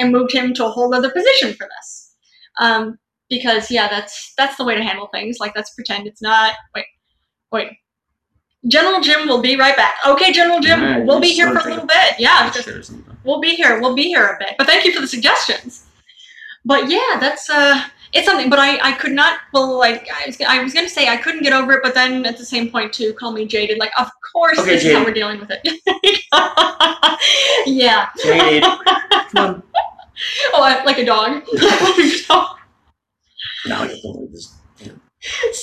Speaker 1: and moved him to a whole other position for this. Um, because yeah, that's that's the way to handle things. Like let's pretend it's not. Wait, wait. General Jim will be right back. Okay, General Jim,
Speaker 2: Yeah,
Speaker 1: we'll be
Speaker 2: just
Speaker 1: here
Speaker 2: sort
Speaker 1: for a
Speaker 2: of take a
Speaker 1: little bit. Yeah, just
Speaker 2: Sure, something.
Speaker 1: we'll be here. We'll be here a bit. But thank you for the suggestions. But yeah, that's uh, it's something. But I, I could not. Well, like I was, I was gonna say I couldn't get over it, but then at the same point too, call me jaded. Like of course
Speaker 2: Okay,
Speaker 1: this is how
Speaker 2: jaded.
Speaker 1: we're dealing with it. yeah.
Speaker 2: Jaded. Come on.
Speaker 1: Oh, I, like a dog.
Speaker 2: No, you don't like this.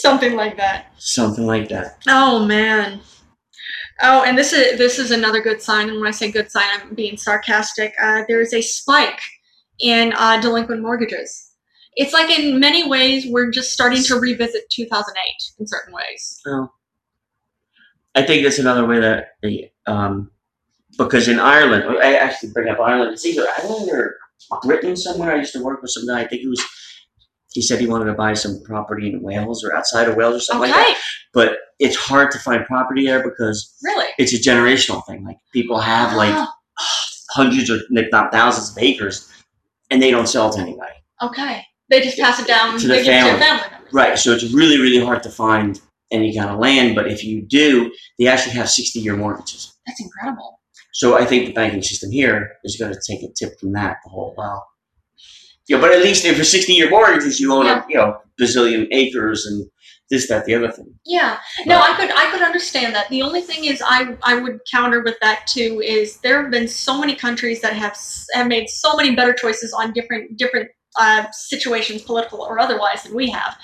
Speaker 1: something like that.
Speaker 2: Something like that.
Speaker 1: Oh man. Oh, and this is this is another good sign. And when I say good sign, I'm being sarcastic. Uh, there is a spike in uh, delinquent mortgages. It's like in many ways we're just starting to revisit 2008 in certain ways.
Speaker 2: No. I think that's another way that they, um, because in Ireland, oh, I actually bring up Ireland. It's either Ireland or Britain somewhere. I used to work with some guy. I think he was. He said he wanted to buy some property in Wales or outside of Wales or something like that.
Speaker 1: Okay,
Speaker 2: But it's hard to find property there because
Speaker 1: really?
Speaker 2: it's a generational thing. Like people have like
Speaker 1: Ah,
Speaker 2: hundreds or if not thousands of acres, and they don't sell to anybody.
Speaker 1: okay. They just pass it down
Speaker 2: To the
Speaker 1: they give it
Speaker 2: family.
Speaker 1: family members.
Speaker 2: Right. So it's really really hard to find any kind of land. But if you do, they actually have sixty year mortgages.
Speaker 1: That's incredible.
Speaker 2: So I think the banking system here is going to take a tip from that the whole well. Yeah, but at least if for 60 year mortgages, you own a you know bazillion acres and this, that, the other thing.
Speaker 1: Yeah. No,
Speaker 2: But
Speaker 1: I could I could understand that. The only thing is I I would counter with that too is there have been so many countries that have s- have made so many better choices on different different uh, situations, political or otherwise, than we have,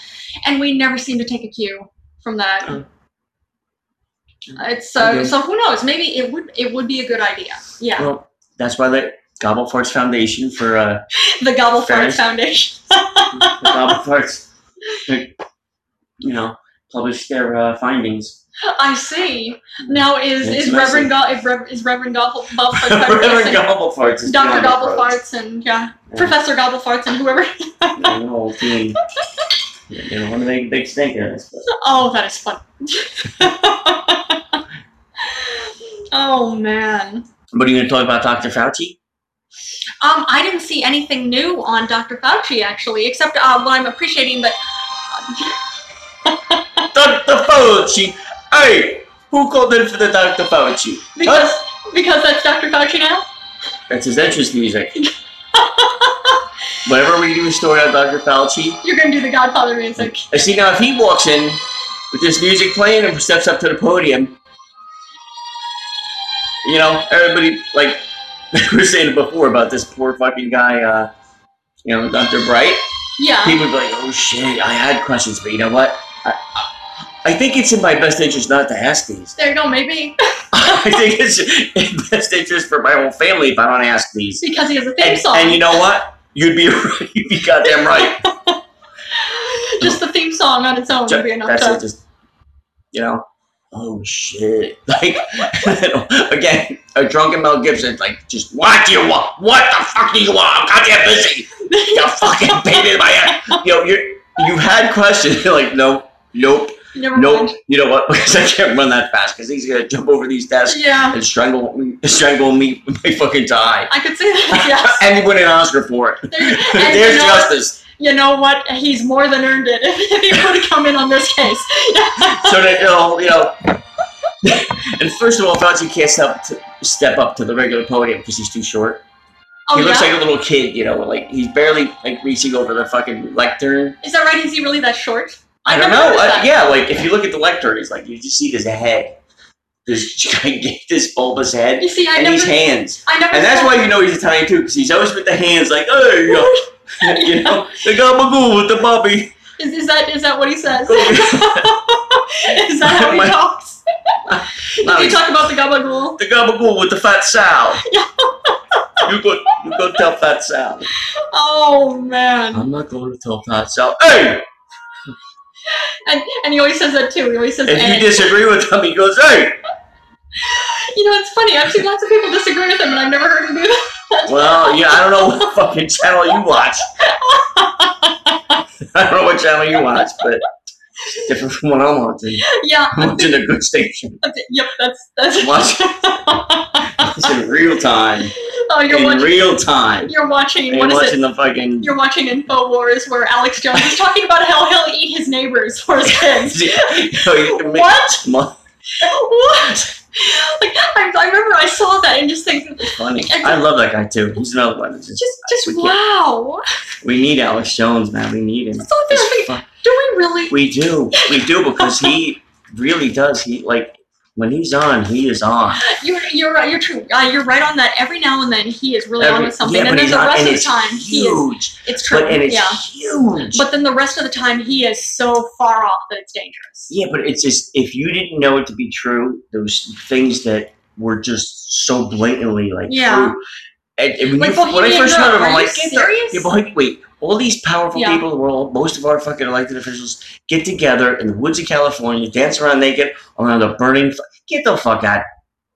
Speaker 1: and we never seem to take a cue from that. Uh,
Speaker 2: Mm.
Speaker 1: It's so
Speaker 2: Okay.
Speaker 1: so who knows? Maybe it would it would be a good idea. Yeah,
Speaker 2: well, that's why the Gobble Farts Foundation for uh,
Speaker 1: the Gobble Farts
Speaker 2: Fairness.
Speaker 1: Foundation.
Speaker 2: the Gobble Farts, you know, published their uh, findings.
Speaker 1: I see. Now is
Speaker 2: It's
Speaker 1: is
Speaker 2: messy.
Speaker 1: Reverend Go- is, Rev- is Reverend Gobble Gobble Farts
Speaker 2: Reverend
Speaker 1: Foundation-
Speaker 2: Gobble Farts is
Speaker 1: Dr.
Speaker 2: beyond
Speaker 1: Gobble
Speaker 2: reproach.
Speaker 1: Farts and yeah,
Speaker 2: Yeah.
Speaker 1: Professor Gobble Farts and whoever.
Speaker 2: Yeah, the whole team. Yeah, They're one of the big stinkers. but-
Speaker 1: Oh, that is fun. oh man. Oh,
Speaker 2: What are you going to talk about, Dr. Fauci?
Speaker 1: Um, I didn't see anything new on Dr. Fauci actually, except uh, what I'm appreciating that
Speaker 2: Dr. Fauci. Hey, who called in for the Dr. Fauci?
Speaker 1: because
Speaker 2: Huh?
Speaker 1: because that's Dr. Fauci now.
Speaker 2: That's his entrance music. Whenever we do a story on Dr. Fauci,
Speaker 1: You're gonna do the Godfather music.
Speaker 2: I see now if he walks in with this music playing and steps up to the podium, you know, everybody, like we were saying before about this poor fucking guy, uh, you know, Dr. Bright,
Speaker 1: Yeah.
Speaker 2: people would be like, oh shit, I had questions, but you know what? I, I, I think it's in my best interest not to ask these.
Speaker 1: There you go. Maybe
Speaker 2: I think it's in best interest for my whole family if I don't ask these.
Speaker 1: because he has a theme
Speaker 2: And,
Speaker 1: song.
Speaker 2: and you know what? You'd be you'd be goddamn right.
Speaker 1: just the theme song on its own
Speaker 2: Ju-
Speaker 1: would be enough.
Speaker 2: that's
Speaker 1: to,
Speaker 2: it. Just you know. Oh shit! Like again, a drunken Mel Gibson. Like just what do you want? What the fuck do you want? I'm goddamn busy. You fucking baby in my ass. Yo, you you had questions. You're like no, nope,
Speaker 1: Never
Speaker 2: nope.
Speaker 1: mind.
Speaker 2: You know what? Because I can't run that fast. Because he's gonna jump over these desks
Speaker 1: Yeah,
Speaker 2: and strangle me, strangle me with my fucking tie.
Speaker 1: I could see that. Yes.
Speaker 2: and he won an Oscar for it.
Speaker 1: There- and
Speaker 2: There's
Speaker 1: you know, what?
Speaker 2: justice.
Speaker 1: you know what? He's more than earned it if he would have come in on this case.
Speaker 2: so that it'll, you know. and first of all, Fauci can't step, to, step up to the regular podium because he's too short.
Speaker 1: Oh
Speaker 2: he looks
Speaker 1: yeah.
Speaker 2: like a little kid, you know, like he's barely like reaching over the fucking lectern.
Speaker 1: Is that right? Is he really that short?
Speaker 2: I,
Speaker 1: I've
Speaker 2: don't
Speaker 1: never
Speaker 2: know.
Speaker 1: noticed
Speaker 2: Uh,
Speaker 1: that.
Speaker 2: yeah, like if you look at the lectern, he's like you just see his head, this gigantic, this bulbous head,
Speaker 1: You see, I
Speaker 2: and
Speaker 1: never,
Speaker 2: these hands.
Speaker 1: I never.
Speaker 2: And that's
Speaker 1: saw-
Speaker 2: why you know he's Italian too, because he's always with the hands like, hey, you know, you know the gabagool with the bobby.
Speaker 1: Is, is that is that what he says? is that how he
Speaker 2: My-
Speaker 1: talks?
Speaker 2: Now
Speaker 1: Did you
Speaker 2: he's-
Speaker 1: talk about the gabagool?
Speaker 2: the gabagool with the fat Sal. you go, you go tell Fat Sal.
Speaker 1: Oh man!
Speaker 2: I'm not going to tell Fat Sal. Hey,
Speaker 1: And and he always says that too. He always says. eh.
Speaker 2: if you
Speaker 1: and.
Speaker 2: disagree with him, he goes, hey.
Speaker 1: You know, it's funny. I've seen lots of people disagree with him, and I've never heard him do that.
Speaker 2: Well, yeah, I don't know what fucking channel you watch. I don't know what channel you watch, but it's different from what I'm watching.
Speaker 1: Yeah.
Speaker 2: I'm watching a good station.
Speaker 1: that's it. Yep. That's that's.
Speaker 2: Watch. It's in real time.
Speaker 1: oh, you're
Speaker 2: In
Speaker 1: watching.
Speaker 2: real time.
Speaker 1: You're watching.
Speaker 2: And
Speaker 1: What is it?
Speaker 2: watching the fucking.
Speaker 1: You're watching InfoWars where Alex Jones is talking about how he'll eat his neighbors for his kids.
Speaker 2: So you can make-
Speaker 1: what? What? Like I, I remember I saw that and just thinking,
Speaker 2: It's funny. I love that guy too. He's another one. that's just-
Speaker 1: just
Speaker 2: We
Speaker 1: just
Speaker 2: can't-
Speaker 1: wow.
Speaker 2: We need Alex Jones, man. We need him.
Speaker 1: It's all there.
Speaker 2: It's
Speaker 1: Like,
Speaker 2: fun.
Speaker 1: do we really?
Speaker 2: We do. We do because he really does. He like when he's on, he is on.
Speaker 1: uh, You're you're right- you're true. Uh, you're right on that. Every now and then he is really on
Speaker 2: Every-
Speaker 1: with something,
Speaker 2: yeah,
Speaker 1: and
Speaker 2: but
Speaker 1: then
Speaker 2: he's
Speaker 1: the
Speaker 2: on,
Speaker 1: rest
Speaker 2: and
Speaker 1: of the
Speaker 2: it's
Speaker 1: time he is.
Speaker 2: huge.
Speaker 1: It's true.
Speaker 2: But and it's
Speaker 1: yeah.
Speaker 2: huge.
Speaker 1: But then the rest of the time he is so far off that it's dangerous.
Speaker 2: yeah, but it's just if you didn't know it to be true, those things that were just so blatantly like
Speaker 1: Yeah.
Speaker 2: true. And, and when,
Speaker 1: Like
Speaker 2: you- when I
Speaker 1: Bohemian
Speaker 2: first heard
Speaker 1: Grove,
Speaker 2: of him, I'm
Speaker 1: are you
Speaker 2: like, get the-
Speaker 1: serious?
Speaker 2: yeah, Bohe- wait, all these powerful
Speaker 1: Yeah.
Speaker 2: people in the world, most of our fucking elected officials, get together in the woods of California, dance around naked around a burning. Fu- get the fuck out!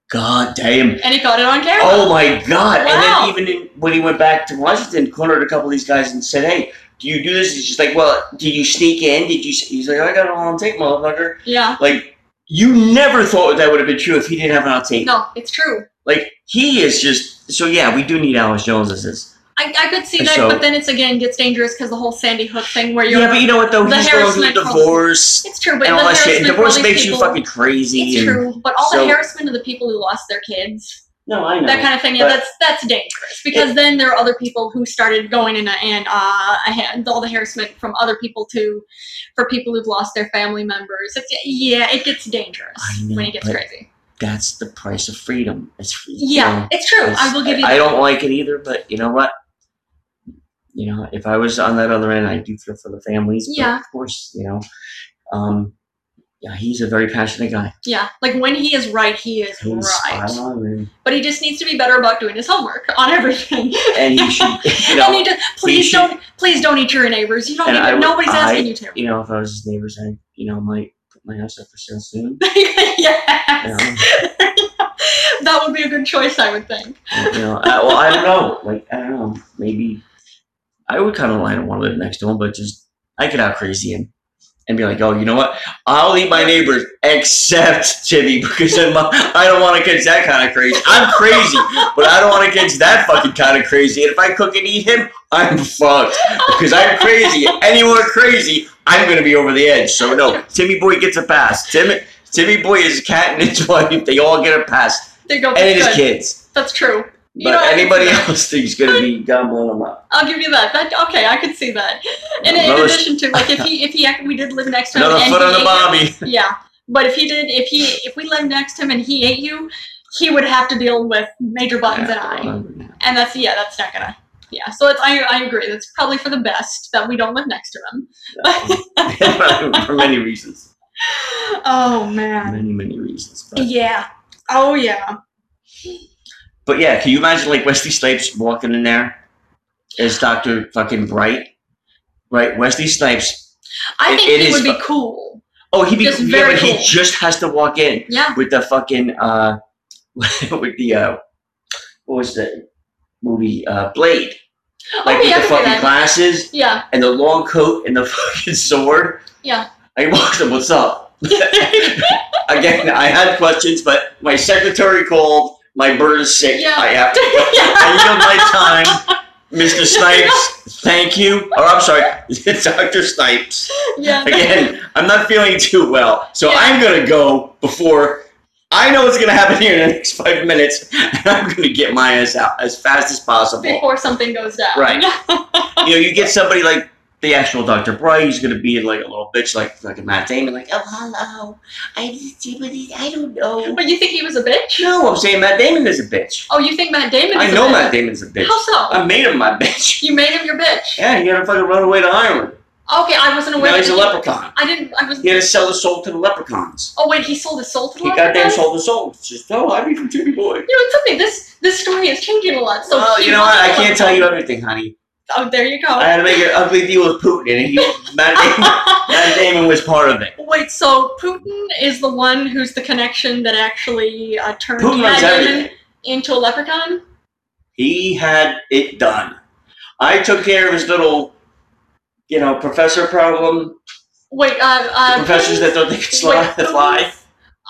Speaker 2: God damn
Speaker 1: And he got it on camera.
Speaker 2: Oh my god!
Speaker 1: Wow.
Speaker 2: And then even in, when he went back to Washington, cornered a couple of these guys and said, "Hey, do you do this?" He's just like, "Well, did you sneak in? Did you?" s-" He's like, "I got it all on tape, motherfucker."
Speaker 1: Yeah.
Speaker 2: Like you never thought that would have been true if he didn't have it on tape.
Speaker 1: No, it's true.
Speaker 2: Like he is just so yeah. We do need Alex Jones as this.
Speaker 1: I, I could see that,
Speaker 2: So-
Speaker 1: but then it's again gets dangerous because the whole Sandy Hook thing where you're
Speaker 2: Yeah, but you know what though?
Speaker 1: The
Speaker 2: He's
Speaker 1: Harris
Speaker 2: going through a
Speaker 1: Smith
Speaker 2: divorce
Speaker 1: It's true, but
Speaker 2: and all
Speaker 1: the
Speaker 2: that shit. And
Speaker 1: harassment for all
Speaker 2: divorce
Speaker 1: these
Speaker 2: makes you
Speaker 1: people-
Speaker 2: fucking crazy.
Speaker 1: It's
Speaker 2: and-
Speaker 1: true, but all
Speaker 2: so-
Speaker 1: the harassment of the people who lost their kids,
Speaker 2: No, I know.
Speaker 1: that kind of thing. Yeah,
Speaker 2: but-
Speaker 1: that's that's dangerous because then there are other people who started going in and uh, and all the harassment from other people too, for people who've lost their family members. It's, yeah, it gets dangerous
Speaker 2: I know,
Speaker 1: when it gets
Speaker 2: but-
Speaker 1: crazy.
Speaker 2: That's the price of freedom. It's free.
Speaker 1: Yeah, it's true. I will give you.
Speaker 2: I
Speaker 1: that.
Speaker 2: don't like it either, but you know what? You know, if I was on that other end, I do feel for the families. but
Speaker 1: Yeah.
Speaker 2: Of course, you know. Um, yeah, he's a very passionate guy.
Speaker 1: Yeah, like when he is right, he is
Speaker 2: He's
Speaker 1: right.
Speaker 2: spot on, and,
Speaker 1: But he just needs to be better about doing his homework on everything.
Speaker 2: and he should. You know,
Speaker 1: and he just, please
Speaker 2: should-
Speaker 1: don't, please don't eat your neighbors. You don't.
Speaker 2: And
Speaker 1: Even,
Speaker 2: I would-
Speaker 1: nobody's
Speaker 2: I-
Speaker 1: asking you to.
Speaker 2: you know, if I was his neighbors, I you know might put my house up for sale soon. You
Speaker 1: yes.
Speaker 2: know,
Speaker 1: That would be a good choice, I would think.
Speaker 2: you know I, well, I don't know. Like I don't know. Maybe I would kind of line up one of the next to him, but just I could out crazy him. and be like, oh, you know what? I'll eat my neighbors except Jimmy because I'm, I don't want to catch that kind of crazy. I'm crazy, but I don't want to catch that fucking kind of crazy. And if I cook and eat him, I'm fucked because I'm crazy. Any more crazy, I'm going to be over the edge. So, no, Timmy Boy gets a pass. Timmy, Timmy Boy is cat and his wife. They all get a pass.
Speaker 1: There you go.
Speaker 2: And
Speaker 1: That's, good.
Speaker 2: his kids.
Speaker 1: That's true. You
Speaker 2: But
Speaker 1: know, I can
Speaker 2: anybody
Speaker 1: see that.
Speaker 2: else thinks going to be gobbling them up.
Speaker 1: I'll give you that. That okay, I could see that. And in
Speaker 2: Another-
Speaker 1: addition to like if he if he we did live next to him
Speaker 2: Another
Speaker 1: and
Speaker 2: foot
Speaker 1: he
Speaker 2: on the
Speaker 1: ate-
Speaker 2: bobby.
Speaker 1: Yeah, but if he did, if he if we lived next to him and he ate you, he would have to deal with major buttons and I, and that's yeah, that's not gonna. Yeah, so it's, I, I agree. That's probably for the best that we don't live next to him.
Speaker 2: for many reasons.
Speaker 1: Oh man.
Speaker 2: Many, many reasons. But,
Speaker 1: Yeah. Oh yeah.
Speaker 2: but yeah, can you imagine like Wesley Snipes walking in there as Dr. fucking Bright? Right? Wesley Snipes.
Speaker 1: I
Speaker 2: It-
Speaker 1: think
Speaker 2: it
Speaker 1: he
Speaker 2: is
Speaker 1: would be
Speaker 2: fu-
Speaker 1: cool.
Speaker 2: Oh, he be,
Speaker 1: Just
Speaker 2: yeah,
Speaker 1: very
Speaker 2: but he
Speaker 1: cool.
Speaker 2: just has to walk in
Speaker 1: Yeah.
Speaker 2: with the fucking uh with the uh what was the movie? Uh Blade. Like
Speaker 1: oh
Speaker 2: with
Speaker 1: yeah. I
Speaker 2: the
Speaker 1: could see
Speaker 2: fucking
Speaker 1: that.
Speaker 2: glasses
Speaker 1: Yeah.
Speaker 2: and the long coat and the fucking sword.
Speaker 1: Yeah.
Speaker 2: I walked him, what's up? Again, I had questions, but my secretary called, my bird is sick.
Speaker 1: Yeah.
Speaker 2: I have to
Speaker 1: yeah.
Speaker 2: I yield my time. Mr. Snipes, thank you. Or I'm sorry, Dr. Snipes.
Speaker 1: Yeah.
Speaker 2: Again, I'm not feeling too well, so
Speaker 1: Yeah.
Speaker 2: I'm gonna go before I know what's gonna happen here in the next five minutes, and I'm gonna get my ass out as fast as possible
Speaker 1: Before something goes down.
Speaker 2: Right. you know, you get somebody like the actual Dr. Bright, who's gonna be like a little bitch, like like a Matt Damon, like, oh hello, I just do what he- I don't know.
Speaker 1: But you think he was a bitch?
Speaker 2: No, I'm saying Matt Damon is a bitch.
Speaker 1: Oh, you think Matt Damon?
Speaker 2: I
Speaker 1: Is
Speaker 2: know
Speaker 1: a bitch?
Speaker 2: Matt Damon's a bitch.
Speaker 1: How so?
Speaker 2: I made him my bitch.
Speaker 1: you made him your bitch.
Speaker 2: Yeah, he had to fucking run away to Ireland.
Speaker 1: Okay, I wasn't aware.
Speaker 2: Now
Speaker 1: that
Speaker 2: he's a
Speaker 1: he-
Speaker 2: leprechaun.
Speaker 1: I didn't. I was.
Speaker 2: He had to sell his soul to the leprechauns.
Speaker 1: Oh wait, he sold his soul to the
Speaker 2: He
Speaker 1: leprechaun?
Speaker 2: goddamn sold his soul. It's just, oh, I'm even Jimmy Boy.
Speaker 1: You know, it's something. This this story is changing a lot. So
Speaker 2: well,
Speaker 1: he
Speaker 2: you know
Speaker 1: was
Speaker 2: what? I
Speaker 1: the
Speaker 2: can't
Speaker 1: leprechaun.
Speaker 2: tell you everything, honey.
Speaker 1: Oh, there you
Speaker 2: I
Speaker 1: go.
Speaker 2: had to make an ugly deal with Putin, and he, Matt, Damon, Matt Damon was part of it.
Speaker 1: wait, so Putin is the one who's the connection that actually uh, turned
Speaker 2: Putin
Speaker 1: Matt
Speaker 2: runs
Speaker 1: Damon
Speaker 2: everything.
Speaker 1: into a leprechaun?
Speaker 2: He had it done. I took care of his little, you know, professor problem.
Speaker 1: Wait, uh, uh
Speaker 2: the professors that thought they could slide
Speaker 1: wait,
Speaker 2: fly.
Speaker 1: Putin's-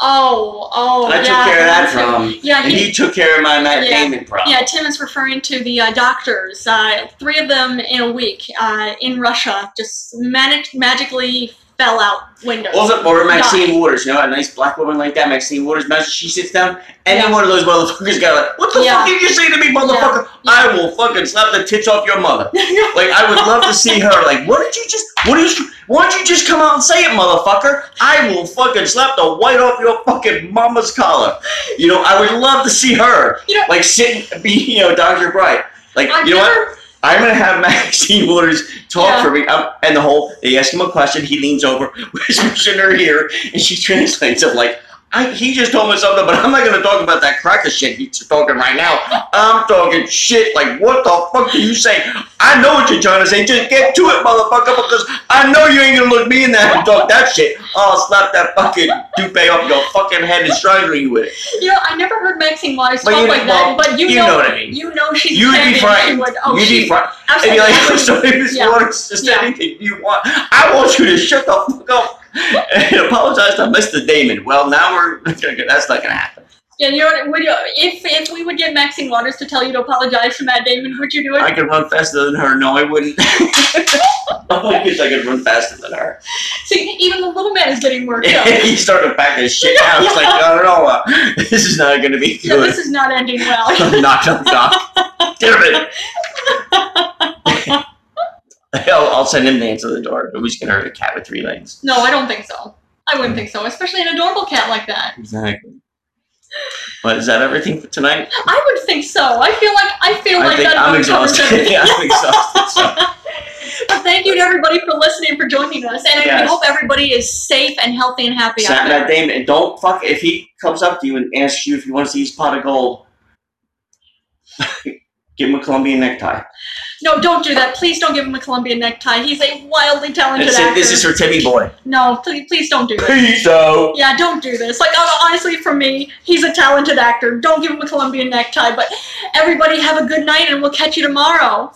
Speaker 1: Oh, oh,
Speaker 2: And I
Speaker 1: yeah.
Speaker 2: took care of that
Speaker 1: that's him.
Speaker 2: problem.
Speaker 1: Yeah,
Speaker 2: And
Speaker 1: he
Speaker 2: he took care of my Matt
Speaker 1: Yeah.
Speaker 2: Damon problem.
Speaker 1: Yeah, Tim is referring to the uh, doctors. Uh, three of them in a week uh, in Russia just manic- magically fell out windows.
Speaker 2: Also, or Maxine
Speaker 1: Yeah.
Speaker 2: Waters, you know, a nice black woman like that, Maxine Waters. Imagine she sits down, any
Speaker 1: Yeah.
Speaker 2: one of those motherfuckers got like, what the
Speaker 1: Yeah.
Speaker 2: fuck did you say to me, motherfucker? I will fucking slap the tits off your mother. Like, I would love to see her. Like, what did you just? What did you? Why don't you just come out and say it, motherfucker? I will fucking slap the white off your fucking mama's collar. You know, I would love to see her.
Speaker 1: You know-
Speaker 2: like sitting, be you know, Doctor Bright. Like,
Speaker 1: I've
Speaker 2: you know what?
Speaker 1: never,
Speaker 2: I'm gonna have Maxine Waters talk
Speaker 1: Yeah.
Speaker 2: for me. Um, and the whole they ask him a question, he leans over, whispers in her ear, and she translates it like, I, he just told me something, but I'm not gonna talk about that cracker shit he's talking right now. I'm talking shit like what the fuck do you say? I know what you're trying to say, just get to it, motherfucker, because I know you ain't gonna look me in the eye and talk that shit. I'll slap that fucking toupee off your fucking head and strangle you with it.
Speaker 1: You know, I never heard Maxine Waters
Speaker 2: But
Speaker 1: talk
Speaker 2: you-
Speaker 1: like that.
Speaker 2: well,
Speaker 1: But you,
Speaker 2: you
Speaker 1: know,
Speaker 2: know what I mean.
Speaker 1: You know she's
Speaker 2: You'd
Speaker 1: offended,
Speaker 2: be
Speaker 1: she
Speaker 2: frightened.
Speaker 1: would- oh,
Speaker 2: You'd be
Speaker 1: she-
Speaker 2: frightened. And
Speaker 1: absolutely,
Speaker 2: you're
Speaker 1: I
Speaker 2: like,
Speaker 1: wouldn't-
Speaker 2: I'm sorry, Miss
Speaker 1: Yeah.
Speaker 2: Waters, just
Speaker 1: Yeah.
Speaker 2: anything you want. I want you to shut the fuck up and apologize to Mr. Damon. Well, now we're, that's not going to happen.
Speaker 1: Yeah, you know, what, would you, if if we would get Maxine Waters to tell you to apologize to Matt Damon, would you do it?
Speaker 2: I could run faster than her. No, I wouldn't. I wish I could run faster than her.
Speaker 1: See, even the little man is getting worked up.
Speaker 2: he started backing shit out. He's like, I don't know. uh, This is not going to be
Speaker 1: So
Speaker 2: good.
Speaker 1: this is not ending well.
Speaker 2: knock, knock, knock. Damn it. I'll, I'll send him to answer the door. Nobody's going to hurt a cat with three legs.
Speaker 1: no, I don't think so. I wouldn't think so, especially an adorable cat like that.
Speaker 2: Exactly. But is that everything for tonight?
Speaker 1: I would think so. I feel like I feel
Speaker 2: I
Speaker 1: like
Speaker 2: think
Speaker 1: that
Speaker 2: I'm
Speaker 1: really covers
Speaker 2: exhausted.
Speaker 1: everything.
Speaker 2: I'm exhausted. so.
Speaker 1: But thank you to everybody for listening, for joining us, and we
Speaker 2: Yes.
Speaker 1: hope everybody is safe and healthy and happy.
Speaker 2: Snap
Speaker 1: out there.
Speaker 2: that Damon and don't fuck if he comes up to you and asks you if you want to see his pot of gold. Give him a Colombian necktie.
Speaker 1: No, don't do that. Please don't give him a Colombian necktie. He's a wildly
Speaker 2: And
Speaker 1: talented
Speaker 2: say,
Speaker 1: actor.
Speaker 2: this is her Timmy boy.
Speaker 1: no, please, please don't do it.
Speaker 2: Peace out.
Speaker 1: Yeah, don't do this. Like hon- honestly, for me, he's a talented actor. Don't give him a Colombian necktie. But everybody, have a good night, and we'll catch you tomorrow.